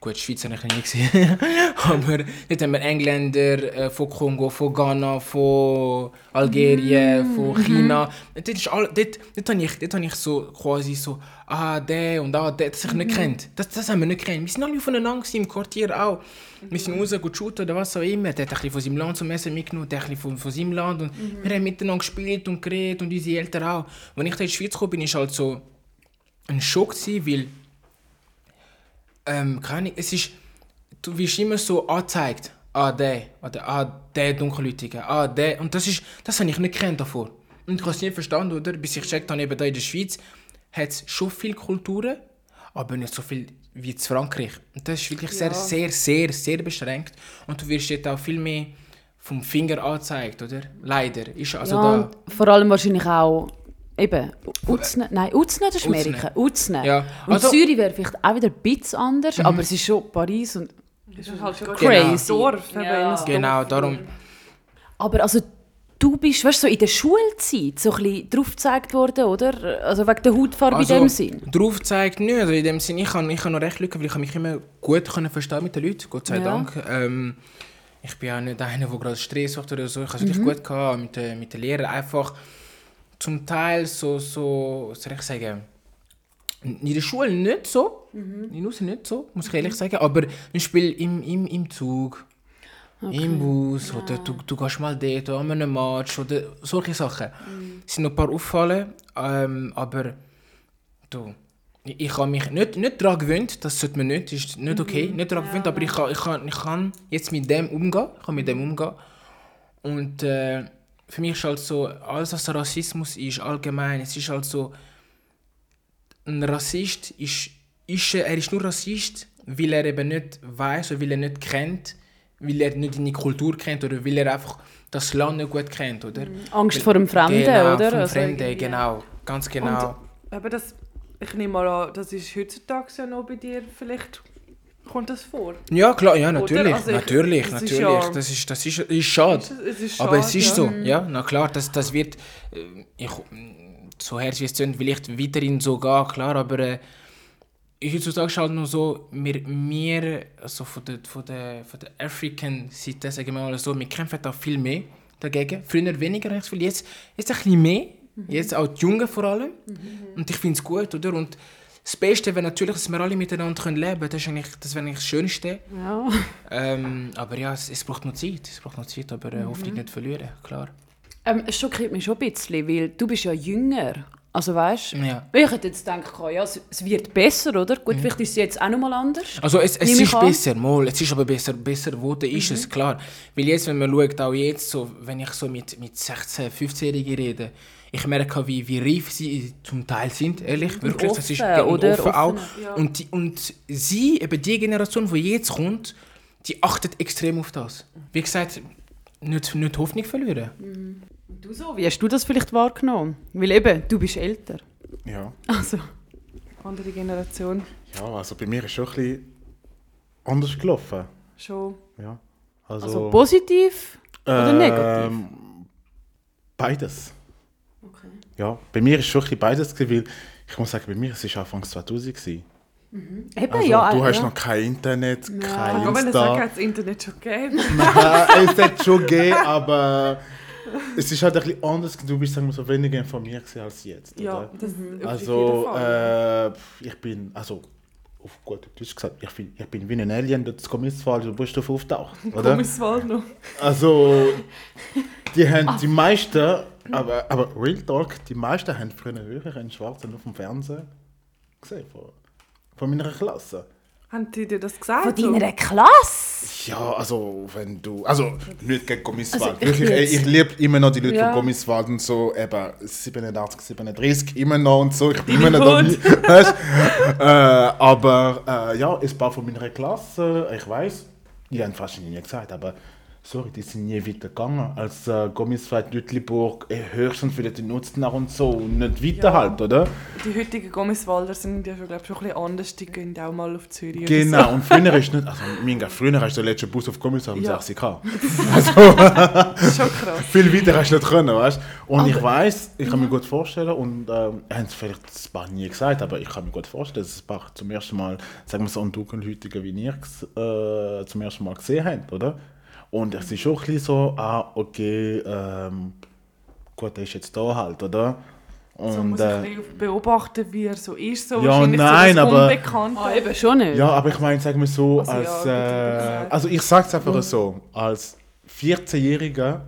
Speaker 3: Gut, Schweizer habe ich nie gesehen. Aber dort haben wir Engländer äh, von Kongo, von Ghana, von Algerien, von China. Und dort, ist all, dort, dort, habe ich, dort habe ich so quasi so, ah, der und ah, der, das ich nicht kennt. Das, das haben wir nicht kennt. Wir sind alle voneinander gewesen, im Quartier auch. Wir sind raus, gut shooten oder was auch immer. Der hat ein bisschen von seinem Land zum Essen mitgenommen, der ein bisschen von, von seinem Land. Und wir haben miteinander gespielt und geredet und unsere Eltern auch. Als ich dann in die Schweiz kam, bin ich halt so ein Schock, gewesen, weil ähm, keine Ahnung, es ist, du wirst immer so angezeigt, ah, der, oder ah, der Dunkelhäutige, ah, der, und das ist, das habe ich nicht kennt davor. Und ich habe es nie verstanden, oder, bis ich checkt habe, eben da in der Schweiz hat es schon viele Kulturen, aber nicht so viel wie in Frankreich. Und das ist wirklich sehr, sehr, sehr, sehr beschränkt und du wirst jetzt auch viel mehr vom Finger angezeigt, oder? Leider. Ist also
Speaker 1: ja,
Speaker 3: da...
Speaker 1: und vor allem wahrscheinlich auch, eben, Uzne, nein, Uzne, das ist
Speaker 3: Uzne.
Speaker 1: Amerika, Uzne.
Speaker 3: Ja.
Speaker 1: äh, Und
Speaker 3: Also-
Speaker 1: Zürich wäre vielleicht auch wieder ein bisschen anders, aber es ist schon Paris und...
Speaker 2: Das ist halt schon
Speaker 1: Crazy.
Speaker 2: Dorf, eben
Speaker 1: Ja.
Speaker 2: in ein
Speaker 3: Genau, darum...
Speaker 1: Aber also, du bist, weißt du, so in der Schulzeit so ein bisschen drauf gezeigt worden, oder? Also wegen der Hautfarbe in dem Sinn.
Speaker 3: Drauf zeigt nicht. Also in dem Sinn, ich kann, ich kann noch recht Glück, haben, weil ich habe mich immer gut können verstehen mit den Leuten, Gott sei
Speaker 1: Ja.
Speaker 3: Dank. Ähm, ich bin auch nicht einer, der gerade Stress macht oder so. Ich habe es
Speaker 1: Mhm.
Speaker 3: wirklich gut gehabt mit, den- mit den Lehrern. Einfach zum Teil so, so, was soll ich sagen, in der Schule nicht so,
Speaker 1: Mhm.
Speaker 3: in Hause nicht so, muss ich ehrlich sagen. Aber zum Beispiel im, im, im Zug, im Bus oder du, du gehst mal dort oder an einem Match oder solche Sachen.
Speaker 1: Mhm.
Speaker 3: Es sind noch ein paar auffallen, ähm, aber du, ich, ich habe mich nicht, nicht daran gewöhnt, das sollte man nicht, ist nicht okay,
Speaker 1: Mhm.
Speaker 3: nicht daran gewöhnt, aber ich kann, ich, kann, ich kann jetzt mit dem umgehen, ich kann mit dem umgehen. Und äh, für mich ist halt so, alles was Rassismus ist, allgemein, es ist halt so, ein Rassist ist, ist er er ist nur Rassist, weil er eben nicht weiß oder weil er nicht kennt, weil er nicht deine Kultur kennt oder weil er einfach das Land nicht gut kennt, oder?
Speaker 1: Angst äh, vor dem Fremden,
Speaker 3: genau,
Speaker 1: Mhm. oder?
Speaker 3: Vom
Speaker 1: Also
Speaker 3: Fremden,
Speaker 1: irgendwie-
Speaker 3: genau, ganz genau.
Speaker 2: Und eben das, ich nehme mal an, das ist heutzutage ja noch bei dir, vielleicht kommt das vor.
Speaker 3: Ja, klar, ja, natürlich,
Speaker 2: Also ich-
Speaker 3: natürlich,
Speaker 2: das ist
Speaker 3: natürlich.
Speaker 2: ja-
Speaker 3: das ist, das ist, ist schade.
Speaker 2: Es ist- es ist halt
Speaker 3: Aber es
Speaker 2: schade,
Speaker 3: ist
Speaker 2: ja. Mhm.
Speaker 3: so, ja, na klar, das, das wird, äh, ich, so her wie es tönt, vielleicht weiterhin so gehen, klar, aber äh, heutzutage ist halt nur so, wir, wir also von der, von der, von der African-Seite, sagen wir mal so, wir kämpfen da viel mehr dagegen. Früher weniger, habe ich das Gefühl, jetzt, jetzt ein bisschen mehr,
Speaker 2: Mhm.
Speaker 3: jetzt auch die Jungen vor allem. Und ich finde es gut, oder? Und das Beste wäre natürlich, dass wir alle miteinander können leben können. Das, ist eigentlich- das wäre eigentlich das Schönste.
Speaker 1: Ja.
Speaker 3: Ähm, aber ja, es, es braucht noch Zeit. Es braucht noch Zeit,
Speaker 1: Mhm.
Speaker 3: aber äh, hoffentlich nicht verlieren, klar.
Speaker 1: Ähm, es schockiert mich schon ein bisschen, weil du bist ja jünger Also weißt du?
Speaker 3: Ja.
Speaker 1: Ich hätte jetzt gedacht, oh ja, es, es wird besser, oder? Gut, vielleicht ist es jetzt auch nochmal anders.
Speaker 3: Also es, es
Speaker 1: Nehme ich
Speaker 3: ist
Speaker 1: an. Mhm.
Speaker 3: besser, mal, es ist aber besser, besser geworden ist es, klar. Weil jetzt, wenn man schaut, auch jetzt, so, wenn ich so mit, mit 16-, 15-Jährigen rede, ich merke, wie, wie reif sie zum Teil sind, ehrlich, wirklich. das ist
Speaker 1: Mhm. offen,
Speaker 3: und
Speaker 1: oder?
Speaker 3: offen auch.
Speaker 1: Offener,
Speaker 3: Und, die, und sie, eben die Generation, die jetzt kommt, die achtet extrem auf das. Wie gesagt, nicht, nicht Hoffnung verlieren.
Speaker 1: Du so, wie hast du das vielleicht wahrgenommen? Weil eben, du bist älter.
Speaker 8: Ja.
Speaker 1: Also,
Speaker 2: Andere Generation.
Speaker 8: ja, also bei mir ist schon ein bisschen anders gelaufen.
Speaker 2: Schon.
Speaker 8: Ja. Also,
Speaker 1: also positiv oder negativ?
Speaker 8: Ähm, Äh, Beides. Ja, bei mir ist schon ein bisschen beides, gewesen, weil ich muss sagen, bei mir es war Anfang 2000. Gewesen.
Speaker 1: Eben,
Speaker 8: Also,
Speaker 1: ja.
Speaker 8: du
Speaker 1: äh,
Speaker 8: hast
Speaker 1: ja.
Speaker 8: noch kein Internet, kein
Speaker 2: Ich kann
Speaker 8: Insta.
Speaker 2: man
Speaker 8: (laughs)
Speaker 2: sagen, hat das Internet schon gegeben.
Speaker 8: Nein, es hat schon gegeben, aber es ist halt ein bisschen anders. Du bist sagen wir, so weniger informiert gewesen als jetzt.
Speaker 2: ja,
Speaker 8: oder?
Speaker 2: das auf jeden
Speaker 8: Also,
Speaker 2: Fall.
Speaker 8: äh, ich bin, also, auf gut Deutsch gesagt, ich bin, ich bin wie ein Alien, das kommt jetzt vor, du bist
Speaker 2: (laughs)
Speaker 8: drauf auftaucht, oder?
Speaker 2: Komm, es war noch.
Speaker 8: Also, die haben die meisten, aber, aber Real Talk, die meisten haben früher wirklich einen Schwarzen auf dem Fernseher gesehen, von, von meiner Klasse.
Speaker 2: Haben die dir das gesagt? Also,
Speaker 1: Von deiner Klasse?
Speaker 8: Ja, also wenn du. Also nicht gegen Gommiswald.
Speaker 1: Also, ich
Speaker 8: Wirklich,
Speaker 1: bin
Speaker 8: ey,
Speaker 1: jetzt-
Speaker 8: ich liebe immer noch die Leute
Speaker 1: Ja.
Speaker 8: von Gommiswald und so, eben 87, 37, immer noch und so. Ich bin immer noch
Speaker 2: Hut.
Speaker 8: da. (laughs) weißt? äh, aber äh, ja, ein paar von meiner Klasse, ich weiß, die haben fast nie gesagt, aber sorry, die sind nie weiter gegangen als äh, Gommiswald, Lütliburg, äh, höchstens vielleicht in Nutznach und so und nicht weiter halt, oder?
Speaker 2: Die heutigen Gomiswalder sind ja schon, glaub, schon ein bisschen anders. Die gehen auch mal auf Zürich. oder
Speaker 8: Genau,
Speaker 2: (laughs)
Speaker 8: und früher ist nicht, also mega, früher hast du den letzten Bus auf Gommiswald um
Speaker 2: Ja.
Speaker 8: 60 K.
Speaker 2: So. Schon krass.
Speaker 8: viel weiter hast du nicht können, weißt Und ich weiß, ich kann mir gut vorstellen, und ähm, haben es vielleicht ein paar nie gesagt, aber ich kann mir gut vorstellen, dass ein paar zum ersten Mal, sagen wir so, einen Dunkelhütigen wie ihr gs- äh, zum ersten Mal gesehen haben, oder? Und es ist schon ein bisschen so, ah, okay, ähm, gut, der ist jetzt da halt, oder? Und, äh,
Speaker 2: So muss ich ein bisschen beobachten, wie er so ist. So
Speaker 8: Ja,
Speaker 2: wahrscheinlich
Speaker 8: nein,
Speaker 2: so das
Speaker 8: aber-
Speaker 2: Unbekannte.
Speaker 1: Ah, eben schon nicht.
Speaker 8: Ja, aber ich meine, sagen wir so,
Speaker 2: Also ja,
Speaker 8: als,
Speaker 2: gut, wie
Speaker 8: äh,
Speaker 2: gesagt.
Speaker 8: also ich sag's einfach
Speaker 1: Mhm.
Speaker 8: so, als 14-Jähriger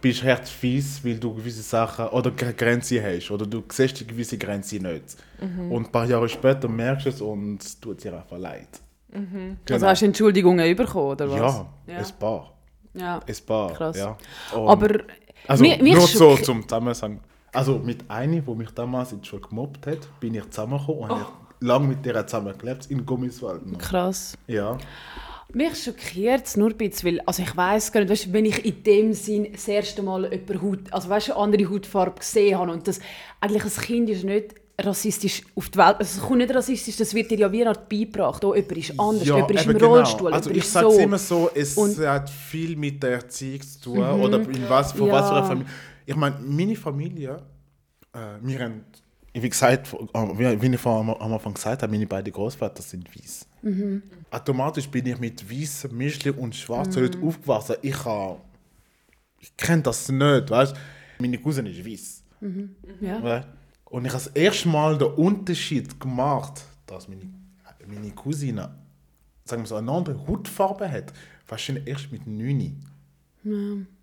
Speaker 8: bist du echt fies, weil du gewisse Sachen oder keine Grenze hast oder du siehst die gewisse Grenze nicht.
Speaker 1: Mhm.
Speaker 8: Und ein paar Jahre später merkst du es und es tut dir einfach leid. Genau.
Speaker 1: Also hast du Entschuldigungen bekommen, oder was?
Speaker 8: ja,
Speaker 1: Ja.
Speaker 8: es paar.
Speaker 1: Ja.
Speaker 8: Es paar.
Speaker 1: Krass.
Speaker 8: Ja. Und-
Speaker 1: Aber
Speaker 8: also,
Speaker 1: mir- mir
Speaker 8: nur
Speaker 1: ist
Speaker 8: so
Speaker 1: schock-
Speaker 8: zum Zusammenhang. Also mit einer, die mich damals in der Schule gemobbt hat, bin ich zusammengekommen und
Speaker 1: Oh.
Speaker 8: habe lange mit der zusammengelebt in Gummiswald. noch.
Speaker 1: krass.
Speaker 8: Ja.
Speaker 1: Mich schockiert es nur ein bisschen, weil also ich weiß gar nicht, weißt, wenn ich in dem Sinn das erste Mal jemanden Haut, also weißt, eine andere Hautfarbe gesehen habe und das eigentlich ein Kind ist nicht rassistisch auf die Welt, also es kommt nicht rassistisch, das wird dir ja wie eine Art beigebracht, oh, jemand ist anders, jemand ist
Speaker 8: eben
Speaker 1: im Rollstuhl,
Speaker 8: Also
Speaker 1: jemand
Speaker 8: ich
Speaker 1: ist
Speaker 8: sage
Speaker 1: so.
Speaker 8: immer so, es
Speaker 1: Und- Mhm.
Speaker 8: hat viel mit der Erziehung zu tun oder in was, von
Speaker 1: Ja.
Speaker 8: was für einer Familie. Ich meine, meine Familie, äh, wir haben, wie gesagt, vor- äh, wie wie ich vor- am am Anfang gesagt habe, meine beiden Großväter sind weiß.
Speaker 1: Mhm.
Speaker 8: Automatisch bin ich mit weiß, Mischli und schwarzen
Speaker 1: Mhm.
Speaker 8: Leuten aufgewachsen. Ich, ha- ich kenne das nicht, weißt Meine Cousine ist weiß.
Speaker 1: Ja.
Speaker 8: Right? Und ich habe das erste Mal den Unterschied gemacht, dass meine, meine Cousine sagen wir so, eine andere Hautfarbe hat. Wahrscheinlich erst mit 9.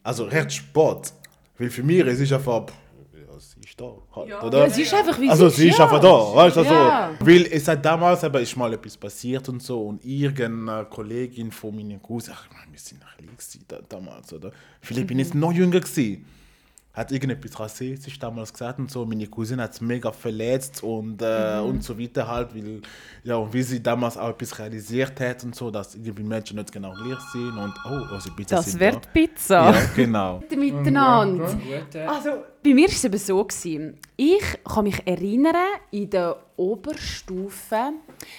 Speaker 8: Also recht spät. Weil für mich es ist einfach, pff, ja, sie ist da. Halt, oder?
Speaker 1: Ja, sie ist einfach wie
Speaker 8: also
Speaker 1: sie
Speaker 8: sie ist
Speaker 1: ja.
Speaker 8: einfach da, weißt du? Also,
Speaker 1: Ja.
Speaker 8: Weil es hat damals aber ist mal etwas passiert und so und irgendeine Kollegin von meiner Cousine, ach, ich meine, wir sind noch klein gewesen da, damals, oder? Vielleicht bin
Speaker 1: Mhm.
Speaker 8: ich noch jünger gewesen. Hat irgendetwas rassistisch damals gesagt und so. Meine Cousine hat es mega verletzt und, äh, und so weiter halt, weil, ja, und wie sie damals auch etwas realisiert hat und so, dass irgendwie Menschen nicht genau gleich sind und, oh, oh sie bitte
Speaker 1: Das
Speaker 8: sind
Speaker 1: wird
Speaker 8: da.
Speaker 1: Pizza.
Speaker 8: Ja, genau.
Speaker 1: miteinander. Also, bei mir war es eben so. Gewesen. Ich kann mich erinnern, in der Oberstufe.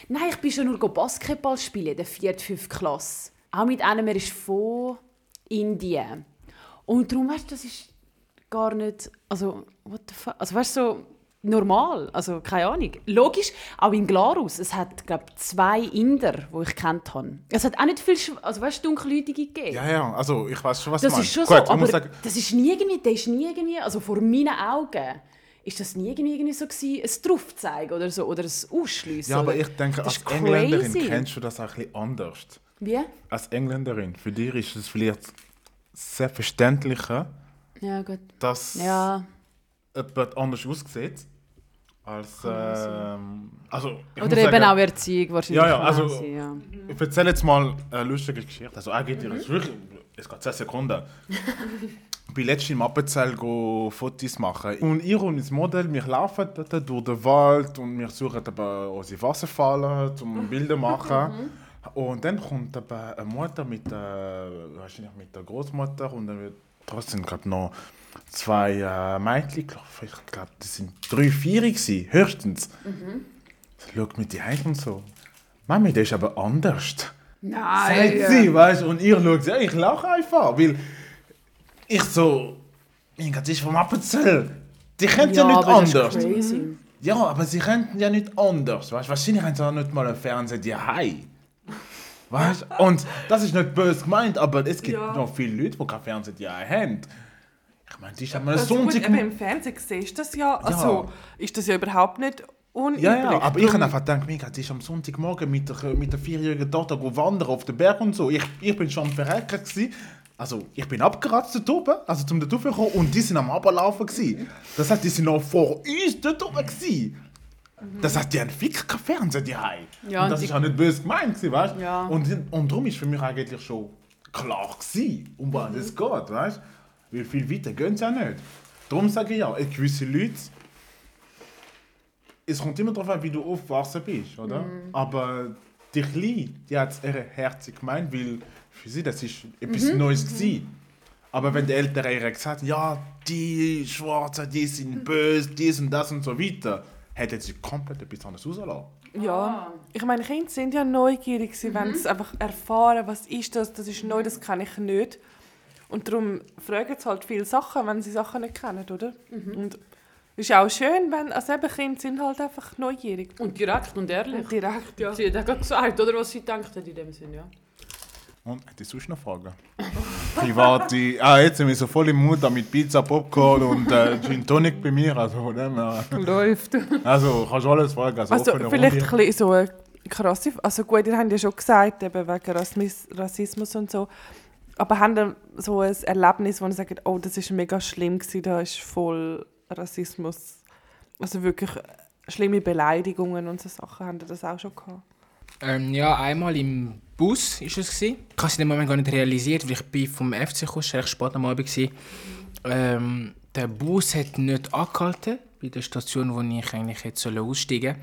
Speaker 1: Nein, ich bin schon nur go Basketball spielen in der 4. 5. Klasse. Auch mit einem, er ist von Indien. Und darum, weißt du, das ist gar nicht. Also, what the fuck? Also, weißt du, so normal. Also, keine Ahnung. Logisch, auch in Glarus. Es hat, glaube ich, zwei Inder, die ich kennt habe. Es hat auch nicht viel. Schw- Also, weißt du, dunkelhäutige gegeben.
Speaker 8: (laughs) Ja, ja, also ich weiß schon, was
Speaker 1: Das
Speaker 8: du
Speaker 1: ist schon
Speaker 8: meinst. Gut,
Speaker 1: so,
Speaker 8: ich
Speaker 1: aber
Speaker 8: muss sagen,
Speaker 1: das ist nie irgendwie, das ist nie irgendwie, also vor meinen Augen, ist das nie irgendwie, irgendwie so gewesen, ein Draufzeigen oder so, oder ein Ausschliessen.
Speaker 8: Ja, aber
Speaker 1: oder?
Speaker 8: ich denke,
Speaker 1: Das
Speaker 8: als
Speaker 1: ist
Speaker 8: Engländerin
Speaker 1: crazy.
Speaker 8: kennst du das auch ein bisschen anders.
Speaker 1: Wie?
Speaker 8: Als Engländerin, für dich ist es vielleicht selbstverständlicher,
Speaker 1: Ja, gut.
Speaker 8: dass
Speaker 1: Ja,
Speaker 8: jemand anders aussieht. Als, ähm, also, ich
Speaker 1: Oder
Speaker 8: muss
Speaker 1: eben
Speaker 8: sagen,
Speaker 1: auch Erziehung wahrscheinlich.
Speaker 8: Ja, ja,
Speaker 1: kann
Speaker 8: also-
Speaker 1: sein, ja.
Speaker 8: Ich erzähle jetzt mal eine lustige Geschichte. Also, eigentlich, mhm. wirklich, es geht 10 Sekunden. ich bin letztens im Appenzell go Fotos machen. Und ich und mein Model, wir laufen dort durch den Wald und wir suchen eben unsere Wasserfallen, um Bilder zu machen. und dann kommt eben eine Mutter mit äh, der, wahrscheinlich mit der Großmutter und dann wird trotzdem gerade noch zwei äh, Mädchen gelaufen. Ich glaube, das sind drei, vier gewesen, höchstens.
Speaker 1: Mhm.
Speaker 8: Sie schaut mit die Hand und so. Mami, der ist aber anders. Nein. Sagt sie, weißt du? Und ich schaue sie, ich lache einfach, weil ich so, mein Gott, sie ist vom Appenzell. Die kennen ja, nicht
Speaker 1: aber das ist
Speaker 8: anders.
Speaker 1: crazy.
Speaker 9: Mm-hmm.
Speaker 8: Ja, aber sie kennen ja nicht anders, weißt du? Wahrscheinlich haben sie auch nicht mal einen Fernseher, die Hai. Weißt du? Und das ist nicht böse gemeint, aber es gibt noch viele Leute, die keinen Fernseher, die Hai haben. Ich meine, die ist einmal
Speaker 2: Also gut,
Speaker 8: Sonntag...
Speaker 2: eben im Fernsehen siehst du das ja. Also ist das ja überhaupt nicht unüblich.
Speaker 8: Ja, ja, aber ich
Speaker 2: Darum-
Speaker 8: habe einfach gedacht, mega, die ist am Sonntagmorgen mit der, mit der vierjährigen Tochter go wandern auf den Berg und so. Ich, ich bin schon am Verrecken gsi. Also, ich bin abgeratzt dort oben, also zum dort raufgekommen, und die sind am Ablaufen gsi. Das heißt, die sind noch vor uns dort oben gsi. Das heißt, die haben fix keinen Fernseher, die haben.
Speaker 1: Ja,
Speaker 8: und das
Speaker 1: die-
Speaker 8: ist auch nicht böse gemeint, gsi, weißt du?
Speaker 1: Ja.
Speaker 8: Und, und darum ist für mich eigentlich schon klar gsi, um was es geht, weißt du? Weil viel weiter gehen sie ja nicht. Darum sage ich ja, gewisse Leute es kommt immer darauf an, wie du aufgewachsen bist, oder? Aber die Kleine, die hat es ihre Herz gemeint, weil für sie das ist etwas Neues gewesen. Aber wenn die Eltern ihr gesagt haben, ja, die Schwarzen, die sind böse, dies und das und so weiter, hätten sie komplett etwas anderes rausgelassen.
Speaker 2: Ja, ich meine, Kinder sind ja neugierig, sie wollen es einfach erfahren, was ist das, das ist neu, das kenne ich nicht. Und darum fragen sie halt viele Sachen, wenn sie Sachen nicht kennen, oder? Und ist ja auch schön, wenn, also eben Kinder sind halt einfach neugierig.
Speaker 9: Und direkt und ehrlich.
Speaker 2: Und direkt, ja.
Speaker 9: Sie hat auch gerade gesagt, oder was sie denkt in dem Sinn, ja.
Speaker 8: Und hättest du sonst noch Fragen? (laughs) Private. Ah, jetzt sind wir so voll im Mut da mit Pizza, Popcorn und äh, Gin Tonic bei mir. Also, von dem her.
Speaker 5: Läuft.
Speaker 8: also kannst du alles fragen. Also,
Speaker 2: Also
Speaker 8: offene
Speaker 2: vielleicht ein
Speaker 8: Runde.
Speaker 2: bisschen so eine krasse, also gut, ihr habt ja schon gesagt, eben wegen Rassismus, Rassismus und so, aber habt ihr so ein Erlebnis, wo ihr sagt, oh, das ist mega schlimm gewesen, da ist voll Rassismus, also wirklich schlimme Beleidigungen und so Sachen, habt ihr das auch schon gehabt?
Speaker 3: Ähm, ja, einmal im Bus ist es gewesen. Ich habe es in dem Moment gar nicht realisiert, weil ich bin vom FC gekommen, es war recht spät am Abend. gewesen. Ähm, der Bus hat nicht angehalten, bei der Station, wo ich eigentlich hätte sollen aussteigen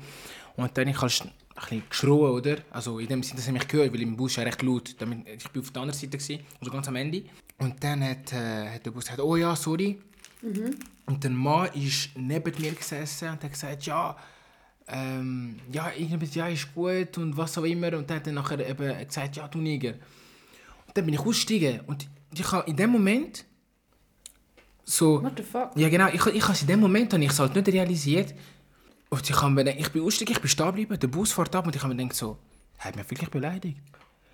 Speaker 3: Und dann habe ich halt schn- ein bisschen geschrien, oder? Also in dem Sinne, dass ich mich gehört, weil im Bus war recht laut. Damit, ich bin auf der anderen Seite, gewesen, also ganz am Ende. Und dann hat, äh, hat der Bus gesagt, oh ja, sorry. Und der Mann ist neben mir gesessen und hat gesagt, ja, ähm, ja, irgendwas, ja, ist gut und was auch immer. Und dann hat er nachher eben gesagt, ja, du Neger. Und dann bin ich ausgestiegen und ich habe in dem Moment so...
Speaker 1: What the fuck?
Speaker 3: Ja genau, ich, ich habe es in dem Moment habe ich es halt nicht realisiert. Und ich, habe mir, gedacht- ich bin ausgestiegen, ich bin stehen geblieben, der Bus fährt ab und ich habe mir gedacht so, hat mich wirklich beleidigt.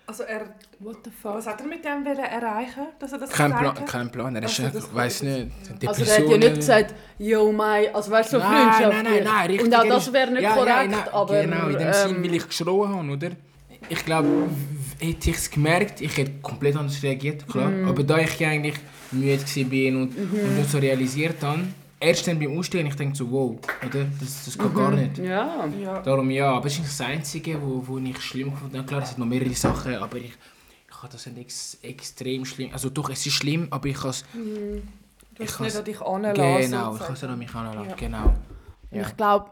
Speaker 2: Also er, was hat er mit dem erreichen, dass er das
Speaker 3: Kein Plan, kein Plan, er ist,
Speaker 2: Also, das-
Speaker 3: ich weiß nicht,
Speaker 9: Also der hat ja nicht gesagt, yo mei, also weißt du, so
Speaker 3: Nein,
Speaker 9: Freundschaft.
Speaker 3: nein, nein, nein, richtig.
Speaker 9: Und auch
Speaker 3: er
Speaker 9: das
Speaker 3: ist-
Speaker 9: wäre nicht
Speaker 3: Ja, ja,
Speaker 9: korrekt,
Speaker 3: nein,
Speaker 9: aber...
Speaker 8: nou,
Speaker 3: Genau, in dem
Speaker 9: ähm,
Speaker 1: ehm,
Speaker 3: Sinn, weil ich geschrien habe, oder? Ich glaube, w- hätte ich es gemerkt, ich hätte komplett anders reagiert, klar.
Speaker 9: Mhm.
Speaker 3: Aber da ich ja eigentlich müde war und, und nicht so realisiert habe, erst dann beim Ausstehen, ich denke so, wow, oder? Das, das geht
Speaker 9: Mhm.
Speaker 3: gar nicht.
Speaker 9: Ja.
Speaker 3: Darum ja, aber es ist nicht das Einzige, wo, wo ich schlimm gefunden habe. Klar, es sind noch mehrere Sachen, aber ich, ich habe das nicht ex, extrem schlimm. Also doch, es ist schlimm, aber ich habe es...
Speaker 2: Du
Speaker 3: Ich
Speaker 2: hast
Speaker 3: kann's-
Speaker 2: nicht an dich anlassen.
Speaker 3: Genau, ich habe es an mich anlassen, genau. Ja.
Speaker 1: Ich glaube,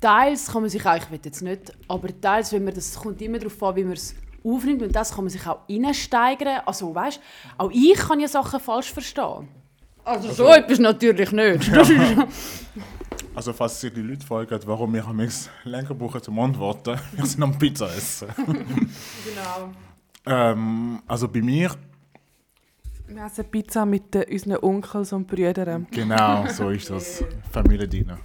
Speaker 1: teils kann man sich auch, ich will jetzt nicht, aber teils, wenn man das kommt immer darauf an, wie man es aufnimmt und das kann man sich auch reinsteigern. Also weißt, auch ich kann ja Sachen falsch verstehen. Also so etwas natürlich nicht.
Speaker 8: Also falls ihr die Leute fragt, warum wir am länger Lenkerbuche zum Antworten, (laughs) wir sind am Pizza essen.
Speaker 2: Genau.
Speaker 8: ähm, also bei mir,
Speaker 2: Wir essen Pizza mit äh, unseren Onkels und Brüdern.
Speaker 8: genau, so ist das. Familiendiener.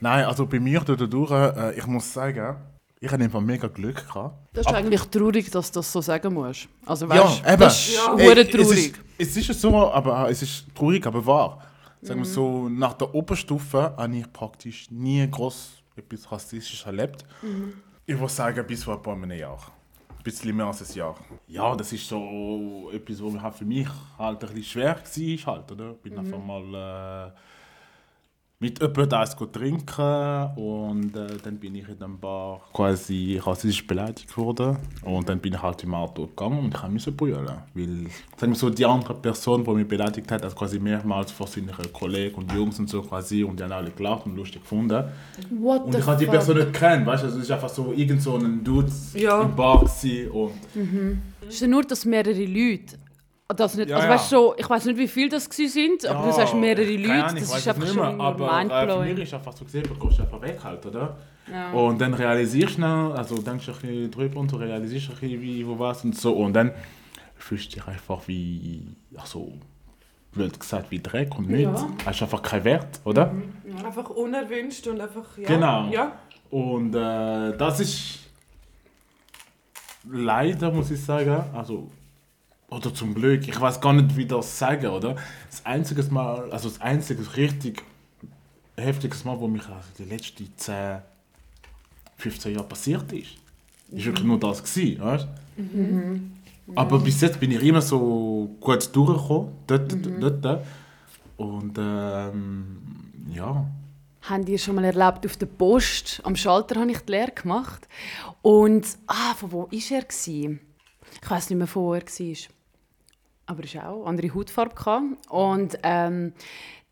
Speaker 8: Nein, also bei mir dadurch, äh, ich muss sagen, ich habe einfach mega Glück gehabt.
Speaker 9: Das ist eigentlich traurig, dass du das so sagen musst. Also
Speaker 8: Ja,
Speaker 9: weißt
Speaker 8: eben.
Speaker 9: das ist
Speaker 8: Ja.
Speaker 9: hure
Speaker 8: Ey, Es
Speaker 9: traurig.
Speaker 8: ist, es ist so, aber es ist traurig, aber wahr. Sagen wir so,
Speaker 9: Mhm.
Speaker 8: nach der Oberstufe habe ich praktisch nie groß etwas Rassistisches erlebt.
Speaker 9: Mhm.
Speaker 8: Ich würde sagen, bis vor ein paar Monaten Jahren. Ein bisschen mehr als ein Jahr. Ja, das ist so etwas,
Speaker 9: Mhm.
Speaker 8: äh, was halt für mich halt ein bisschen schwer war. Halt, oder? Ich bin einfach mal mit jemandem da eins trinken und äh, dann bin ich in dem Bar quasi rassistisch beleidigt worden und dann bin ich halt im Auto gegangen und ich musste brüllen, weil sagen wir so, die andere Person, die mich beleidigt hat, hat quasi mehrmals vor seinen Kollegen und Jungs und so quasi und die haben alle gelacht und lustig gefunden
Speaker 1: What
Speaker 8: und
Speaker 1: the
Speaker 8: ich habe die
Speaker 1: fuck?
Speaker 8: Person nicht kennen, weißt du, also es ist einfach so irgend so ein Dude
Speaker 2: Ja.
Speaker 8: im Bar gewesen und
Speaker 1: Es ist ja nur, dass mehrere Leute. Das nicht,
Speaker 8: Ja,
Speaker 1: also,
Speaker 8: ja.
Speaker 1: weißt, du, so, ich weiß nicht, wie viele das gewesen sind, aber du sagst mehrere
Speaker 8: keine
Speaker 1: Leute.
Speaker 8: Ahnung, ich
Speaker 1: das
Speaker 8: weiß
Speaker 1: ist
Speaker 8: es
Speaker 1: einfach
Speaker 8: nicht mehr,
Speaker 1: schon
Speaker 8: aber, Äh, für
Speaker 1: mindblowing.
Speaker 8: mich ist einfach so gesehen, du kommst einfach weg halt, oder? Und dann realisierst du, dann, also denkst du ein bisschen drüber und du realisierst ein bisschen, wie, wo was und so. Und dann fühlst du dich einfach wie, ach so, blöd gesagt, wie Dreck und nichts. Hast einfach keinen Wert, oder?
Speaker 2: Einfach unerwünscht und einfach, ja.
Speaker 8: Genau.
Speaker 2: Ja.
Speaker 8: Und äh, das ist leider, muss ich sagen, also oder zum Glück, ich weiß gar nicht, wie das sagen, oder? Das einzige Mal, also das einzige richtig heftiges Mal, wo mich also die letzten 10, 15 Jahre passiert ist, ist wirklich nur das gewesen, weißt? Aber bis jetzt bin ich immer so gut durchgekommen, dort, dort, dort. Und ähm, ja.
Speaker 1: Habt ihr schon mal erlebt auf der Post? Am Schalter habe ich die Lehre gemacht. Und, ah, von wo war er? gewesen? Ich weiß nicht mehr, von wo er war. Aber er hatte auch andere Hautfarbe. gehabt. Und ähm,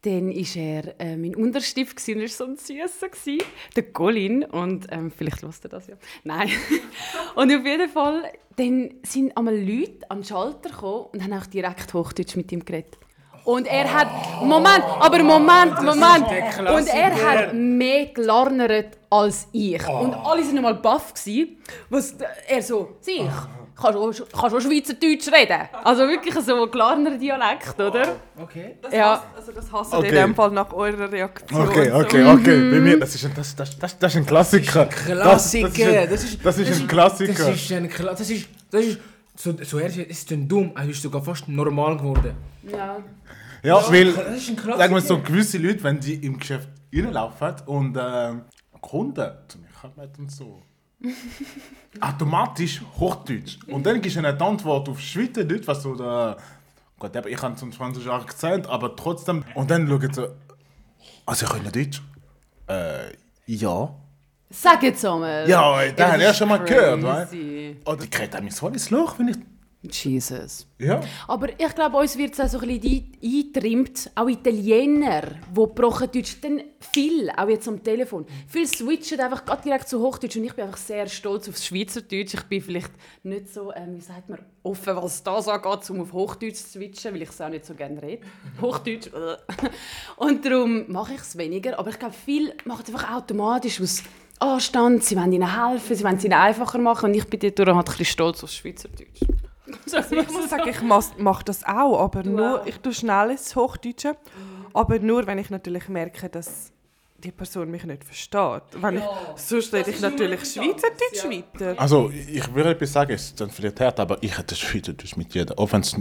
Speaker 1: dann war er äh, mein Unterstift gewesen, und er war so ein Süßer, gewesen, der Colin. Und ähm, vielleicht hört er das ja. Nein. (laughs) und auf jeden Fall, dann sind einmal Leute an den Schalter gekommen und haben auch direkt Hochdeutsch mit ihm geredet. Und er hat. Moment, aber Moment,
Speaker 8: Oh,
Speaker 1: Moment! Und er hat mehr gelarnert als ich.
Speaker 8: Oh.
Speaker 1: Und alle waren mal baff. gewesen, Was er so. Sich, kannst du auch, kannst du auch Schweizerdeutsch reden? Also wirklich so ein klarner Dialekt, oder?
Speaker 3: Okay.
Speaker 2: Das
Speaker 1: Ja.
Speaker 2: hasst- also das hasst ihr
Speaker 8: Okay.
Speaker 2: in dem Fall nach eurer Reaktion.
Speaker 8: Okay,
Speaker 2: so.
Speaker 8: okay, okay. Bei mir, das ist ein, das, das, das, das ist ein Klassiker.
Speaker 3: Klassiker,
Speaker 8: Das, das, ist, ein- das, ist, ein
Speaker 3: Das
Speaker 8: Klassiker.
Speaker 3: ist ein Klassiker. Das ist, das ist, zu, zuerst ist es dumm, aber es ist sogar fast normal geworden.
Speaker 1: Ja.
Speaker 8: Ja, weil,
Speaker 3: Das ist ein Klassiker.
Speaker 8: sagen wir so, gewisse Leute, wenn die im Geschäft reinlaufen und ähm, Kunden zu mir kommen und (laughs) so, automatisch Hochdeutsch. Und dann gibst du eine Antwort auf Schweizerdeutsch, was so da... Gott, aber ich habe zum 20 Jahre gezählt, aber trotzdem... Und dann schauen sie, also ich kann nicht Deutsch. Äh, ja.
Speaker 1: Sag jetzt einmal.
Speaker 8: Ja, ey, das
Speaker 1: das
Speaker 8: hab ich ja
Speaker 1: ist
Speaker 8: schon mal gehört,
Speaker 1: crazy.
Speaker 8: Oh, die kriegt auch mein Sohn ins Loch, wenn ich...
Speaker 1: Jesus.
Speaker 8: Ja.
Speaker 1: Aber ich glaube, uns wird es auch so ein bisschen ein- eingetrimmt, auch Italiener, die gebrochen Deutsch, dann viel, auch jetzt am Telefon, viel switchen einfach grad direkt zu Hochdeutsch und ich bin einfach sehr stolz auf das Schweizerdeutsch. Ich bin vielleicht nicht so, ähm, wie sagt man, offen, was das angeht, um auf Hochdeutsch zu switchen, weil ich es auch nicht so gerne rede. Hochdeutsch. äh. und darum mache ich es weniger, aber ich glaube, viele machen es einfach automatisch aus Anstand, sie wollen ihnen helfen, sie wollen es ihnen einfacher machen und ich bin dadurch halt ein bisschen stolz auf Schweizerdeutsch.
Speaker 2: Also, Ich muss sagen, ich mache das auch, aber nur,
Speaker 1: auch.
Speaker 2: ich tue schnell ins Hochdeutsche, aber nur, wenn ich natürlich merke, dass die Person mich nicht versteht. Wenn ich, sonst rede ich natürlich Schweizerdeutsch weiter.
Speaker 8: Also, ich würde etwas sagen, es ist dann vielleicht hart, aber ich rede Schweizerdeutsch mit jedem, auch wenn es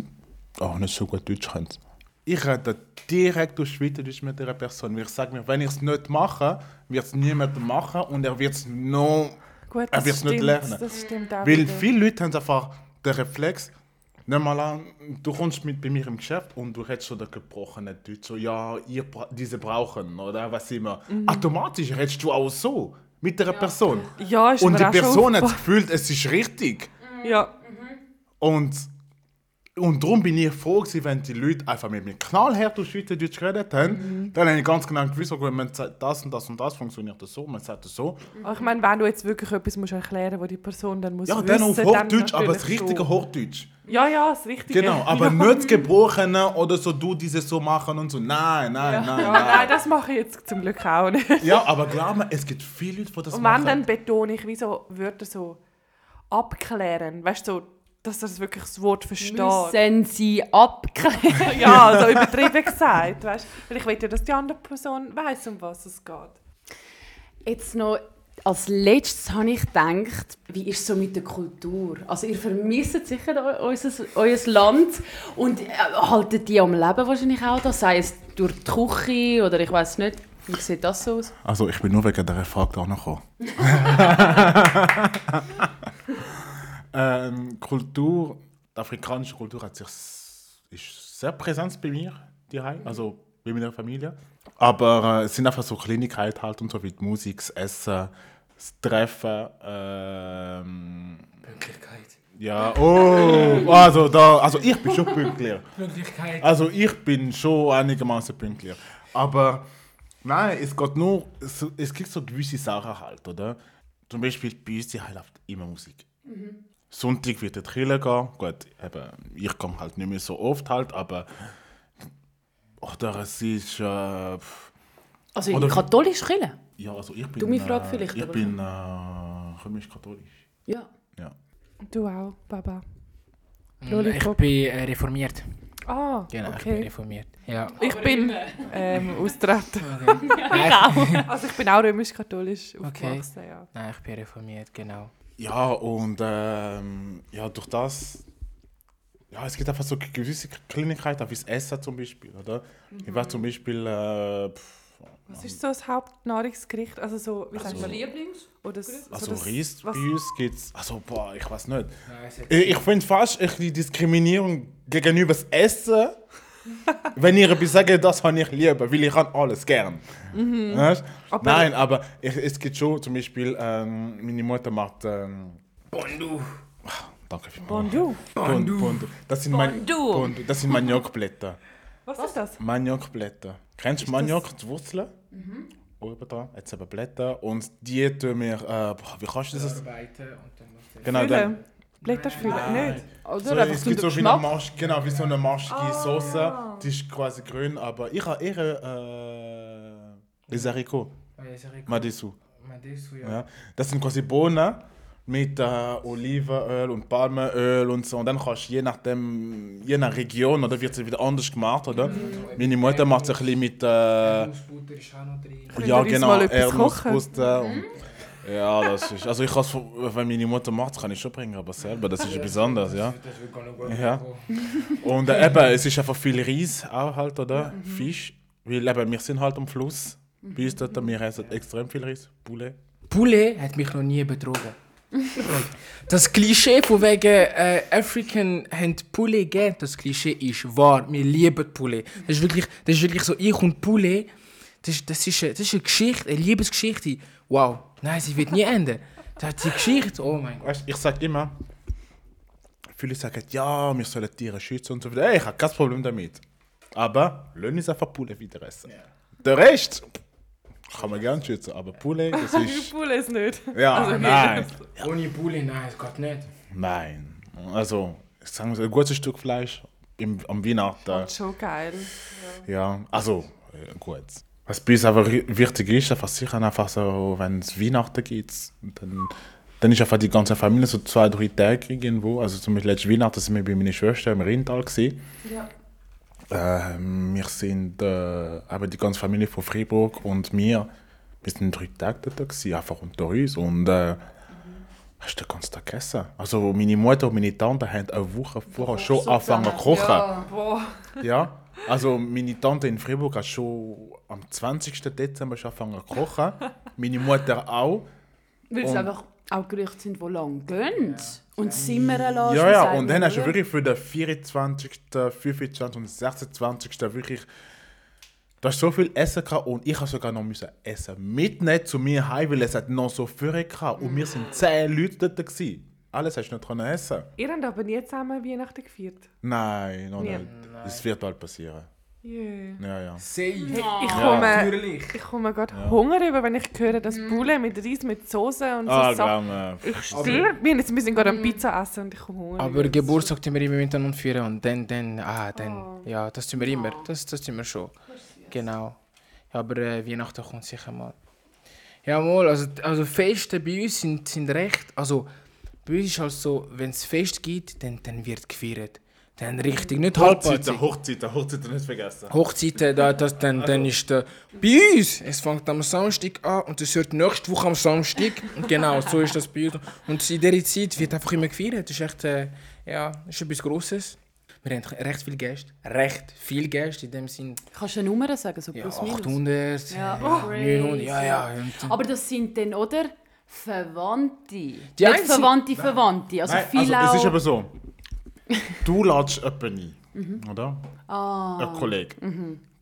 Speaker 8: auch nicht so gut Deutsch kann. Ich rede direkt durch Schweizerdeutsch mit dieser Person. Ich sage mir, wenn ich es nicht mache, wird es niemand machen und er wird es noch...
Speaker 2: Gut,
Speaker 8: er wird es nicht lernen.
Speaker 2: Das stimmt auch.
Speaker 8: Weil
Speaker 2: wieder.
Speaker 8: viele Leute haben einfach den Reflex, nimm mal an, du kommst mit bei mir im Geschäft und du redest so den gebrochenen Deutsch, so ja, ihr bra diese brauchen oder was immer. Automatisch redest du auch so mit der Person.
Speaker 2: ja, ist
Speaker 8: Und
Speaker 2: mir
Speaker 8: die
Speaker 2: auch schon
Speaker 8: Person hat das
Speaker 2: aufgefallen.
Speaker 8: Gefühl, es ist richtig.
Speaker 2: Ja,
Speaker 8: Und, und darum bin ich froh, gewesen, wenn die Leute einfach mit mir knallhart auf Schweizerdeutsch geredet haben.
Speaker 2: Mhm.
Speaker 8: Dann habe ich ganz genau gewusst, okay, wenn man sagt, das und das und das funktioniert das so, man sagt das so.
Speaker 2: Aber ich meine, wenn du jetzt wirklich etwas musst erklären musst, die Person dann muss
Speaker 8: Ja,
Speaker 2: wissen,
Speaker 8: dann auf Hochdeutsch, aber
Speaker 2: natürlich
Speaker 8: das richtige
Speaker 2: schon.
Speaker 8: Hochdeutsch.
Speaker 2: Ja, ja, das richtige.
Speaker 8: Genau, aber nicht das Gebrochene oder so, du dieses so machen und so. Nein, nein, nein,
Speaker 2: (laughs) Ja,
Speaker 8: nein.
Speaker 2: nein, das mache ich jetzt zum Glück auch nicht.
Speaker 8: Ja, aber glaub mir, es gibt viele Leute, die das
Speaker 2: Und wenn,
Speaker 8: machen.
Speaker 2: dann betone ich, wieso Wörter so abklären. Weißt du, so, dass er es wirklich das Wort versteht.
Speaker 1: Müssen sie abklären.
Speaker 2: (laughs) Ja, so übertrieben gesagt, weißt du. Weil ich will ja, dass die andere Person weiß, um was es geht.
Speaker 1: Jetzt noch als letztes habe ich gedacht, wie ist es so mit der Kultur? Also ihr vermisst sicher eu- unser, euer Land und äh, haltet die am Leben wahrscheinlich auch da, sei es durch die Küche oder ich weiß nicht. Wie sieht das so aus?
Speaker 8: Also, ich bin nur wegen dieser Frage da noch (laughs) ähm, Kultur, die afrikanische Kultur hat sich, ist sehr präsent bei mir, die Also, bei meiner Familie. Aber äh, es sind einfach so Kleinigkeiten halt und so wie die Musik, das Essen, das Treffen. ähm,
Speaker 3: Pünktlichkeit.
Speaker 8: ja, oh, also da, also ich bin schon pünktlich.
Speaker 3: Pünktlichkeit.
Speaker 8: Also ich bin schon einigermaßen pünktlich. Aber nein, es geht nur, es, es gibt so gewisse Sachen halt, oder? Zum Beispiel bei uns die halt immer Musik. Sonntag wird der Triller gehen. Gut, eben, ich komme halt nicht mehr so oft halt, aber oder es ist äh, pff,
Speaker 1: Also in
Speaker 8: Oder-
Speaker 1: katholisch Kirche?
Speaker 8: ja, also ich bin.
Speaker 9: Dumme Frage vielleicht,
Speaker 8: Ich
Speaker 9: aber-
Speaker 8: bin äh, römisch-katholisch.
Speaker 1: Ja.
Speaker 8: Ja.
Speaker 2: Du auch, Baba.
Speaker 3: Ich bin
Speaker 8: eh,
Speaker 3: äh, reformiert.
Speaker 2: Ah,
Speaker 3: Genau,
Speaker 8: nou,
Speaker 3: ich bin
Speaker 2: okay.
Speaker 3: reformiert. Ja.
Speaker 8: (laughs)
Speaker 2: Ich bin ähm, austreten.
Speaker 3: Nein, ich,
Speaker 2: Also ich bin auch römisch-katholisch
Speaker 3: Okay.
Speaker 2: aufgewachsen, ja.
Speaker 8: Nou,
Speaker 3: nein, ich bin reformiert, genau.
Speaker 8: Ja, und ähm, ja, durch das, ja, es gibt einfach so gewisse Kleinigkeiten, wie das Essen zum Beispiel, oder? Ich
Speaker 2: Mhm.
Speaker 8: war zum Beispiel, äh, pff,
Speaker 2: Was ist so das Hauptnahrungsgericht? Also so, wie sagt man?
Speaker 9: Lieblings?
Speaker 2: Oder so
Speaker 8: also
Speaker 2: das-
Speaker 8: Reis bei
Speaker 2: was-
Speaker 8: uns gibt's, also boah, ich weiß nicht.
Speaker 2: Äh.
Speaker 8: Ich, ich finde fast echt die Diskriminierung gegenüber das Essen, (laughs) wenn ihr etwas sagt, das habe ich lieber, weil ich habe alles gern.
Speaker 2: Mhm.
Speaker 8: Weißt? Nein, aber ich, es gibt schon zum Beispiel, ähm, meine Mutter macht, ähm,
Speaker 3: Bondu.
Speaker 8: danke vielmals.
Speaker 2: Bonjour.
Speaker 8: Bondu. Bondu. Das sind Man- Bondu. Das sind Maniokblätter.
Speaker 2: Was, ist das?
Speaker 8: Maniokblätter. Kennst du Maniok, die Wurzeln? Oben dran, jetzt eben Blätter. Und die tun wir, äh, boah, wie kannst du das?
Speaker 3: Arbeiten und dann macht er-
Speaker 8: Genau, dann-
Speaker 2: Fühlen? Blätterfühlen? Nicht?
Speaker 1: Oder
Speaker 8: so,
Speaker 1: einfach
Speaker 8: es
Speaker 1: so
Speaker 8: gibt
Speaker 1: den
Speaker 8: so wie eine
Speaker 1: Geschmack.
Speaker 8: Marsch, genau, wie so eine marschige Soße. Die ist quasi grün, aber ich habe ihre, äh, les haricots,
Speaker 3: Ah, ja, sorry, guck
Speaker 8: Madisu.
Speaker 3: mal, das so, ja.
Speaker 8: Ja. Das sind quasi Bohnen mit äh, Olivenöl und Palmenöl und so. Und dann kannst du je nachdem, je nach Region, oder wird es wieder anders gemacht, oder? Meine Mutter macht es ein bisschen mit, äh, ja
Speaker 3: Erdnussbutter ist auch noch drin.
Speaker 2: Könnt ihr uns
Speaker 8: genau,
Speaker 2: mal etwas
Speaker 8: Erdnussbuster und ja, das ist, also ich kann's, von- wenn meine Mutter macht, kann ich schon bringen, aber selber, das ist etwas anderes, ja.
Speaker 3: Das wird gar nicht gut.
Speaker 8: Ja. Und äh, eben, es ist einfach viel Reis auch halt, oder? Fisch, weil eben, wir sind halt am Fluss, bei uns dort, wir essen extrem viel Reis, Poulet.
Speaker 3: Poulet hat mich noch nie betrogen. das Klischee von wegen äh, African haben Poulet gegeben, das Klischee ist wahr. Wir lieben Poulet. Das ist wirklich, das ist wirklich so, ich und Poulet, das, ist- das, ist, eine- das ist eine Geschichte, eine Liebesgeschichte. Wow, nein, sie wird nie enden. Das hat die Geschichte, oh mein Gott.
Speaker 8: Weißt, ich sage immer, viele sagen, ja, wir sollen Tiere schützen und so weiter. Hey, ich habe kein Problem damit. Aber lass uns einfach Poulet wieder essen. Der Rest kann man gerne schützen, aber Poulet, das (laughs) ist...
Speaker 2: Cool ist nicht.
Speaker 8: Ja, (laughs) nein,
Speaker 3: Ohne Poulet, nein, es geht nicht.
Speaker 8: nein. Also, ich sage ein gutes Stück Fleisch im, am Weihnachten.
Speaker 2: Schon geil.
Speaker 8: Ja, also, äh, gut. Was bei uns aber ri- wichtig ist, einfach sicher einfach so, wenn es Weihnachten gibt, dann, dann ist einfach die ganze Familie so zwei, drei Tage irgendwo. Also zum Beispiel letztes Weihnachten sind wir bei meiner Schwester im Rheintal. gewesen. Ähm, wir sind, äh, aber die ganze Familie von Freiburg und mir, wir sind drei Tage dort gewesen, einfach unter uns und äh, hast du den ganzen Tag gegessen. Also meine Mutter und meine Tante haben eine Woche vorher schon angefangen zu kochen. Ja, also meine Tante in Freiburg hat schon am 20. Dezember schon angefangen zu kochen. Meine Mutter auch.
Speaker 1: Weil es
Speaker 8: Und-
Speaker 1: einfach auch Gerüchte sind, die lang gehen. Und simmern lassen.
Speaker 8: Ja, ja,
Speaker 1: sagen
Speaker 8: und dann
Speaker 1: wir.
Speaker 8: hast du wirklich für den 24., 25. und 26. wirklich. Du hast so viel Essen gehabt und ich habe sogar noch müssen essen mitnehmen zu mir heim, weil es hat noch so viel gehabt. ah, Und wir sind zehn Leute dort. Gewesen. Alles hast du nicht können essen.
Speaker 2: Ihr habt aber nie zusammen Weihnachten gefeiert.
Speaker 8: Nein, noch
Speaker 2: Ja.
Speaker 8: nicht. Das wird bald passieren.
Speaker 2: Yeah.
Speaker 8: Ja, ja.
Speaker 3: Safe.
Speaker 2: Ich komme,
Speaker 3: Natürlich.
Speaker 2: ich komme gerade Hunger über, wenn ich höre, dass Poulet mit Reis, mit Soße und so
Speaker 8: Ah,
Speaker 2: Sachen.
Speaker 8: glaub mir.
Speaker 2: Ich stirb. Wir jetzt müssen gerade eine Pizza essen und ich komme Hunger.
Speaker 3: Aber Geburtstag tun wir immer miteinander feiern und dann, dann, ah, dann, ja, das tun wir immer, das, das tun wir schon. Genau. Ja, aber äh, Weihnachten kommt sicher mal. Ja, mal, also, also Feste bei uns sind, sind recht, also bei uns ist halt so, wenn es Fest gibt, dann, dann wird gefeiert. Dann richtig, nicht halbpatzig.
Speaker 8: Hochzeiten, Hochzeiten, Hochzeiten nicht vergessen.
Speaker 3: Hochzeiten, da, das, dann, dann ist der. Bei uns! Es fängt am Samstag an und es hört nächste Woche am Samstag. Und genau, so ist das bei uns. Und in dieser Zeit wird einfach immer gefeiert. Das ist echt, äh, ja, das ist etwas Grosses. Wir haben recht viele Gäste. Recht viele Gäste, in dem Sinn
Speaker 1: Kannst du eine Nummer sagen, so
Speaker 3: ja,
Speaker 1: plus minus?
Speaker 3: 800,
Speaker 1: Ja,
Speaker 3: ja,
Speaker 2: Oh.
Speaker 1: crazy.
Speaker 3: 900, ja, ja. Und,
Speaker 1: Aber das sind dann, oder? Verwandte. Nicht
Speaker 3: einzig-
Speaker 1: Verwandte, Verwandte. Also
Speaker 8: Nein,
Speaker 1: viele
Speaker 8: also, es ist
Speaker 1: auch.
Speaker 8: aber so. Du ladest jemanden ein, oder? Ein Kollege.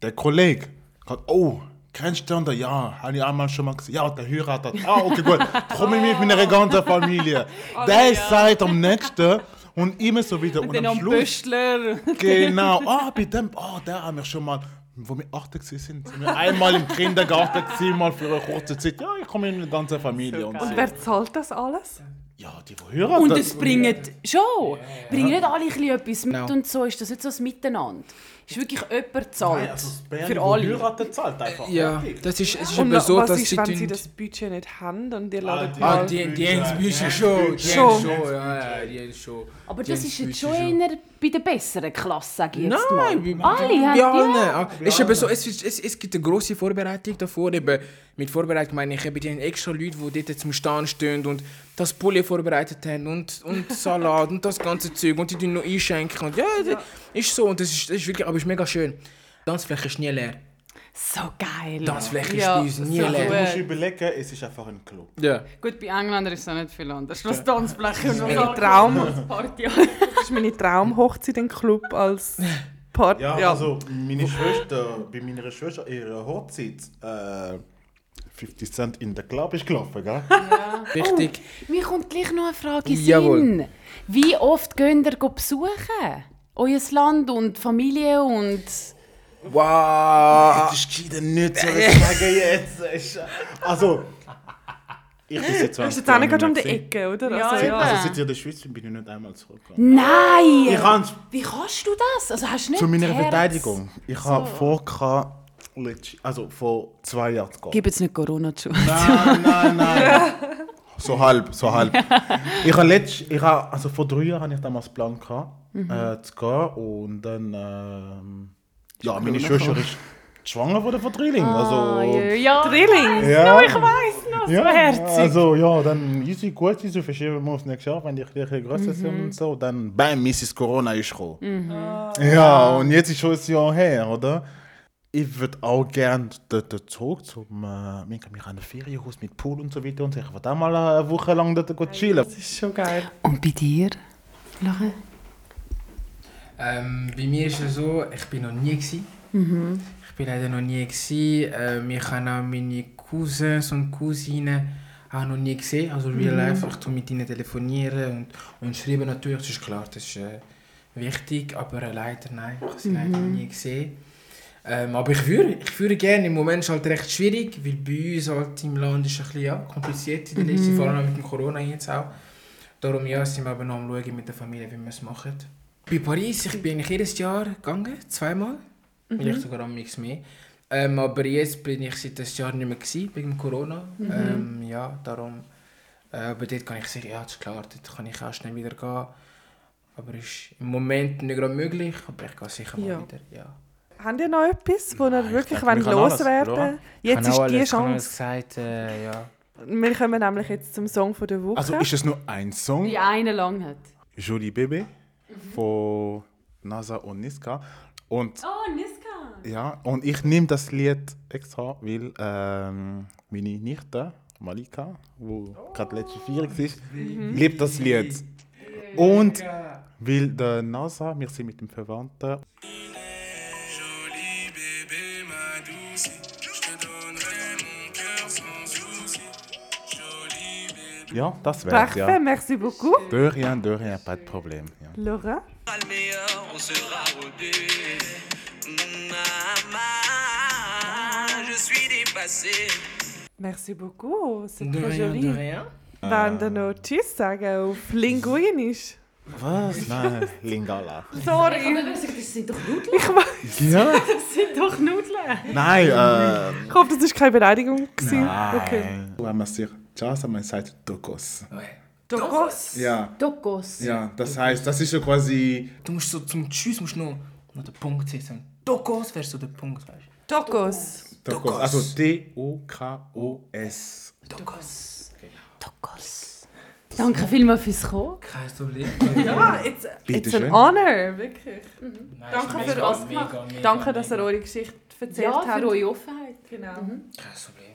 Speaker 8: Der Kollege hat, oh, Grenzständer, ja, habe ich einmal schon mal gesehen. Ja, der heiratet. Ah, okay, gut. Komme mit meiner ganzen Familie. der ist seit am nächsten und immer so wieder. Und,
Speaker 4: Dann
Speaker 8: am
Speaker 4: am
Speaker 8: Schluss,
Speaker 4: Büschler.
Speaker 8: genau, ah, bei dem, ah, der haben wir schon mal, wo wir 8 waren, sind wir einmal im Kindergarten, gewesen, mal für eine kurze Zeit. Ja, ich komme mit meiner ganzen Familie. und, so.
Speaker 2: Wer zahlt das alles?
Speaker 8: Ja, die, die heiraten.
Speaker 1: Und es bringt schon. Bringen nicht alle ein bisschen etwas mit
Speaker 3: No.
Speaker 8: Genau.
Speaker 1: und so ist das nicht so ein Miteinander. Ist wirklich jemand zahlt.
Speaker 8: Ja, also das Bärli,
Speaker 1: für
Speaker 8: die
Speaker 1: alle.
Speaker 8: heiraten, zahlt einfach.
Speaker 3: Ja, das ist, es ist
Speaker 2: Und
Speaker 3: eben so,
Speaker 2: was
Speaker 3: dass
Speaker 2: ist,
Speaker 3: sie...
Speaker 2: wenn
Speaker 3: tun-
Speaker 2: sie das Budget nicht haben und ihr
Speaker 8: Ah,
Speaker 2: ladet
Speaker 8: die-
Speaker 3: Ah,
Speaker 2: mal...
Speaker 3: die, die haben das Bücher schon. Die
Speaker 2: Schon.
Speaker 3: haben schon, ja, ja, die haben schon.
Speaker 1: Aber
Speaker 3: Die
Speaker 1: das
Speaker 3: haben
Speaker 1: ist jetzt
Speaker 3: Budget
Speaker 1: schon einer bei der besseren Klasse, sage ich jetzt mal.
Speaker 3: Nein, wir-
Speaker 1: Alle haben
Speaker 3: ja,
Speaker 1: ja.
Speaker 3: nein. Ist eben so, es, ist- es, es gibt eine grosse Vorbereitung davor. Eben, mit Vorbereitung meine ich eben die haben extra Leute, die dort zum Stand stehen und das Pulli vorbereitet haben und, und Salat und das ganze Zeug und die tun noch einschenken. Und, ja, das ist so. Und das ist, das ist wirklich, aber es ist mega schön. Die Tanzfläche ist nie leer.
Speaker 4: So geil.
Speaker 3: Die Tanzfläche
Speaker 4: Ja,
Speaker 3: ist bei uns nie
Speaker 4: so
Speaker 3: leer.
Speaker 4: gut.
Speaker 8: Du musst überlegen, es ist einfach ein Club.
Speaker 3: Ja.
Speaker 4: Gut, bei Engländern ist es nicht viel anders. Was Tanzfläche und
Speaker 2: meine
Speaker 4: was
Speaker 2: Traum-
Speaker 4: Party.
Speaker 2: Das ist meine Traumhochzeit im Club als Party.
Speaker 8: Ja, also meine Schwester, bei meiner Schwester, ihrer Hochzeit, äh, 50 Cent in der Club ist gelaufen, gell?
Speaker 3: Richtig.
Speaker 1: Mir kommt gleich noch eine Frage in Sinn.
Speaker 3: Jawohl.
Speaker 1: Wie oft geht ihr go besuchen? Euer Land und Familie und...
Speaker 3: Wow.
Speaker 8: Das ist geschieden nicht so, ich (laughs) sage jetzt. Ist, also, ich bin seit 20
Speaker 2: Das ist jetzt auch nicht
Speaker 8: Jahren
Speaker 2: gerade um die
Speaker 8: mehr gewesen.
Speaker 2: Ecke, oder?
Speaker 4: Ja,
Speaker 2: also,
Speaker 4: ja.
Speaker 8: Also seit ich in der Schweiz bin, bin ich nicht einmal zurückgekommen.
Speaker 1: Nein!
Speaker 8: Ich habe
Speaker 1: Wie kannst du das? Also hast du nicht
Speaker 8: zu meiner
Speaker 1: Herz?
Speaker 8: Verteidigung, ich habe vor, gehabt, letzt- also vor zwei Jahren zu gehen.
Speaker 1: Gib jetzt nicht Corona zu.
Speaker 8: Nein, nein, (laughs) nein. So halb, so halb. Ich habe letzt, ich habe, also vor drei Jahren hatte ich damals Plan gehabt, äh, zu gehen und dann, ähm, ja, ne? meine Schwester ist schwanger wurde von Drilling, also.
Speaker 4: Ja, Drilling.
Speaker 8: Ja, ich
Speaker 4: weiß noch,
Speaker 8: ja,
Speaker 4: so herzig.
Speaker 8: also ja, dann ist sie gut, sie verschieben wir aufs nächste Jahr, wenn ich gleich größer sind und so, dann bam, Mrs. Corona ist gekommen. Ja, und jetzt ist schon ein Jahr her, oder? Ich würde auch gerne dort dort zurück zum, äh, wir wir haben ein Ferienhaus mit Pool und so weiter und so. Ich würde auch mal eine Woche lang dort gut chillen.
Speaker 2: das ist schon geil.
Speaker 1: Und bei dir? Lache.
Speaker 3: Ähm, bei mir ist es so, ich bin noch nie gsi. Ich bin leider noch nie gsi. Ähm, ich habe auch meine Cousins und Cousinen auch noch nie gesehen. Also real life, ich tu mit ihnen telefonieren und, und schreiben natürlich, das ist klar, das ist äh, wichtig, aber äh, leider nein, ich habe sie leider noch nie gesehen. Ähm, aber ich würde, ich würde gerne, im Moment ist es halt recht schwierig, weil bei uns halt im Land ist es ein bisschen ja, kompliziert in der letzten vor allem mit dem Corona jetzt auch. Darum ja, sind wir aber noch am schauen mit der Familie, wie wir es machen. Bei Paris, ich bin ich jedes Jahr gegangen, zweimal, vielleicht sogar am nichts mehr. Ähm, aber jetzt bin ich seit das Jahr nicht mehr gewesen, wegen Corona. Ähm, ja, darum. Äh, aber dort kann ich sicher, ja, das ist klar, dort kann ich auch schnell wieder gehen. Aber ist im Moment nicht gerade möglich, aber ich gehe sicher mal
Speaker 2: Ja.
Speaker 3: wieder. Ja.
Speaker 2: Habt ihr noch etwas, wo ihr wirklich
Speaker 8: denke, wir
Speaker 2: wollt
Speaker 8: können alles,
Speaker 2: loswerden
Speaker 8: Laura.
Speaker 2: wollt? Jetzt ist die Chance.
Speaker 3: gesagt, äh, ja.
Speaker 2: Wir kommen nämlich jetzt zum Song von der Woche.
Speaker 8: Also ist es nur ein Song?
Speaker 1: Wie einer lang hat.
Speaker 8: Jolie Bebe von NASA und Niska. Und,
Speaker 1: Oh, Niska!
Speaker 8: ja, und ich nehme das Lied extra, weil ähm, meine Nichte, Malika, die gerade letzte vier war, liebt das Lied. Und weil der NASA, wir sind mit dem Verwandten,
Speaker 10: Jolie bébé ma douce, je te donnerai mon cœur sans souci. Jolie bébé.
Speaker 8: ja, das wär's,
Speaker 2: Parfait,
Speaker 8: ja.
Speaker 2: merci beaucoup.
Speaker 8: De rien, de rien, pas de problème. Ja.
Speaker 2: Laura,
Speaker 10: sera le meilleur, on sera aux deux. Maman, je suis dépassé.
Speaker 2: merci beaucoup. C'est
Speaker 3: De
Speaker 2: très
Speaker 3: rien, de
Speaker 2: joli.
Speaker 3: rien.
Speaker 2: Wenn ihr noch Tschüss sagen auf Linguinisch.
Speaker 8: Was? Nein, Lingala.
Speaker 2: Sorry.
Speaker 1: Das sind doch Nudeln.
Speaker 8: Ja? (laughs)
Speaker 4: sind doch Nudeln.
Speaker 8: Nein, äh,
Speaker 2: Ich hoffe, das war keine Beleidigung. gewesen.
Speaker 8: nein.
Speaker 2: Okay.
Speaker 8: Wenn man sich Charles an meiner Seite Dokos.
Speaker 2: Dokos.
Speaker 8: Ja,
Speaker 1: Dokos.
Speaker 8: ja, das heißt, das ist ja quasi.
Speaker 3: Du musst so zum Tschüss musst du noch, noch den Punkt setzen. Dokos wärst du der Punkt, weißt du?
Speaker 2: Dokos.
Speaker 8: Dokos. Also D-O-K-O-S.
Speaker 3: Dokos.
Speaker 1: Dokos. Danke vielmals fürs Kommen.
Speaker 3: Kein Problem.
Speaker 2: Ja, Ah, it's, it's an
Speaker 8: Bitteschön.
Speaker 2: honor, wirklich. Danke
Speaker 3: Nein,
Speaker 2: für
Speaker 3: mega,
Speaker 2: alles
Speaker 3: mega,
Speaker 2: gemacht.
Speaker 3: mega,
Speaker 2: Danke, dass
Speaker 3: mega.
Speaker 2: ihr eure Geschichte erzählt
Speaker 1: Ja,
Speaker 2: habt.
Speaker 1: für eure Offenheit.
Speaker 2: Genau.
Speaker 3: Kein Problem.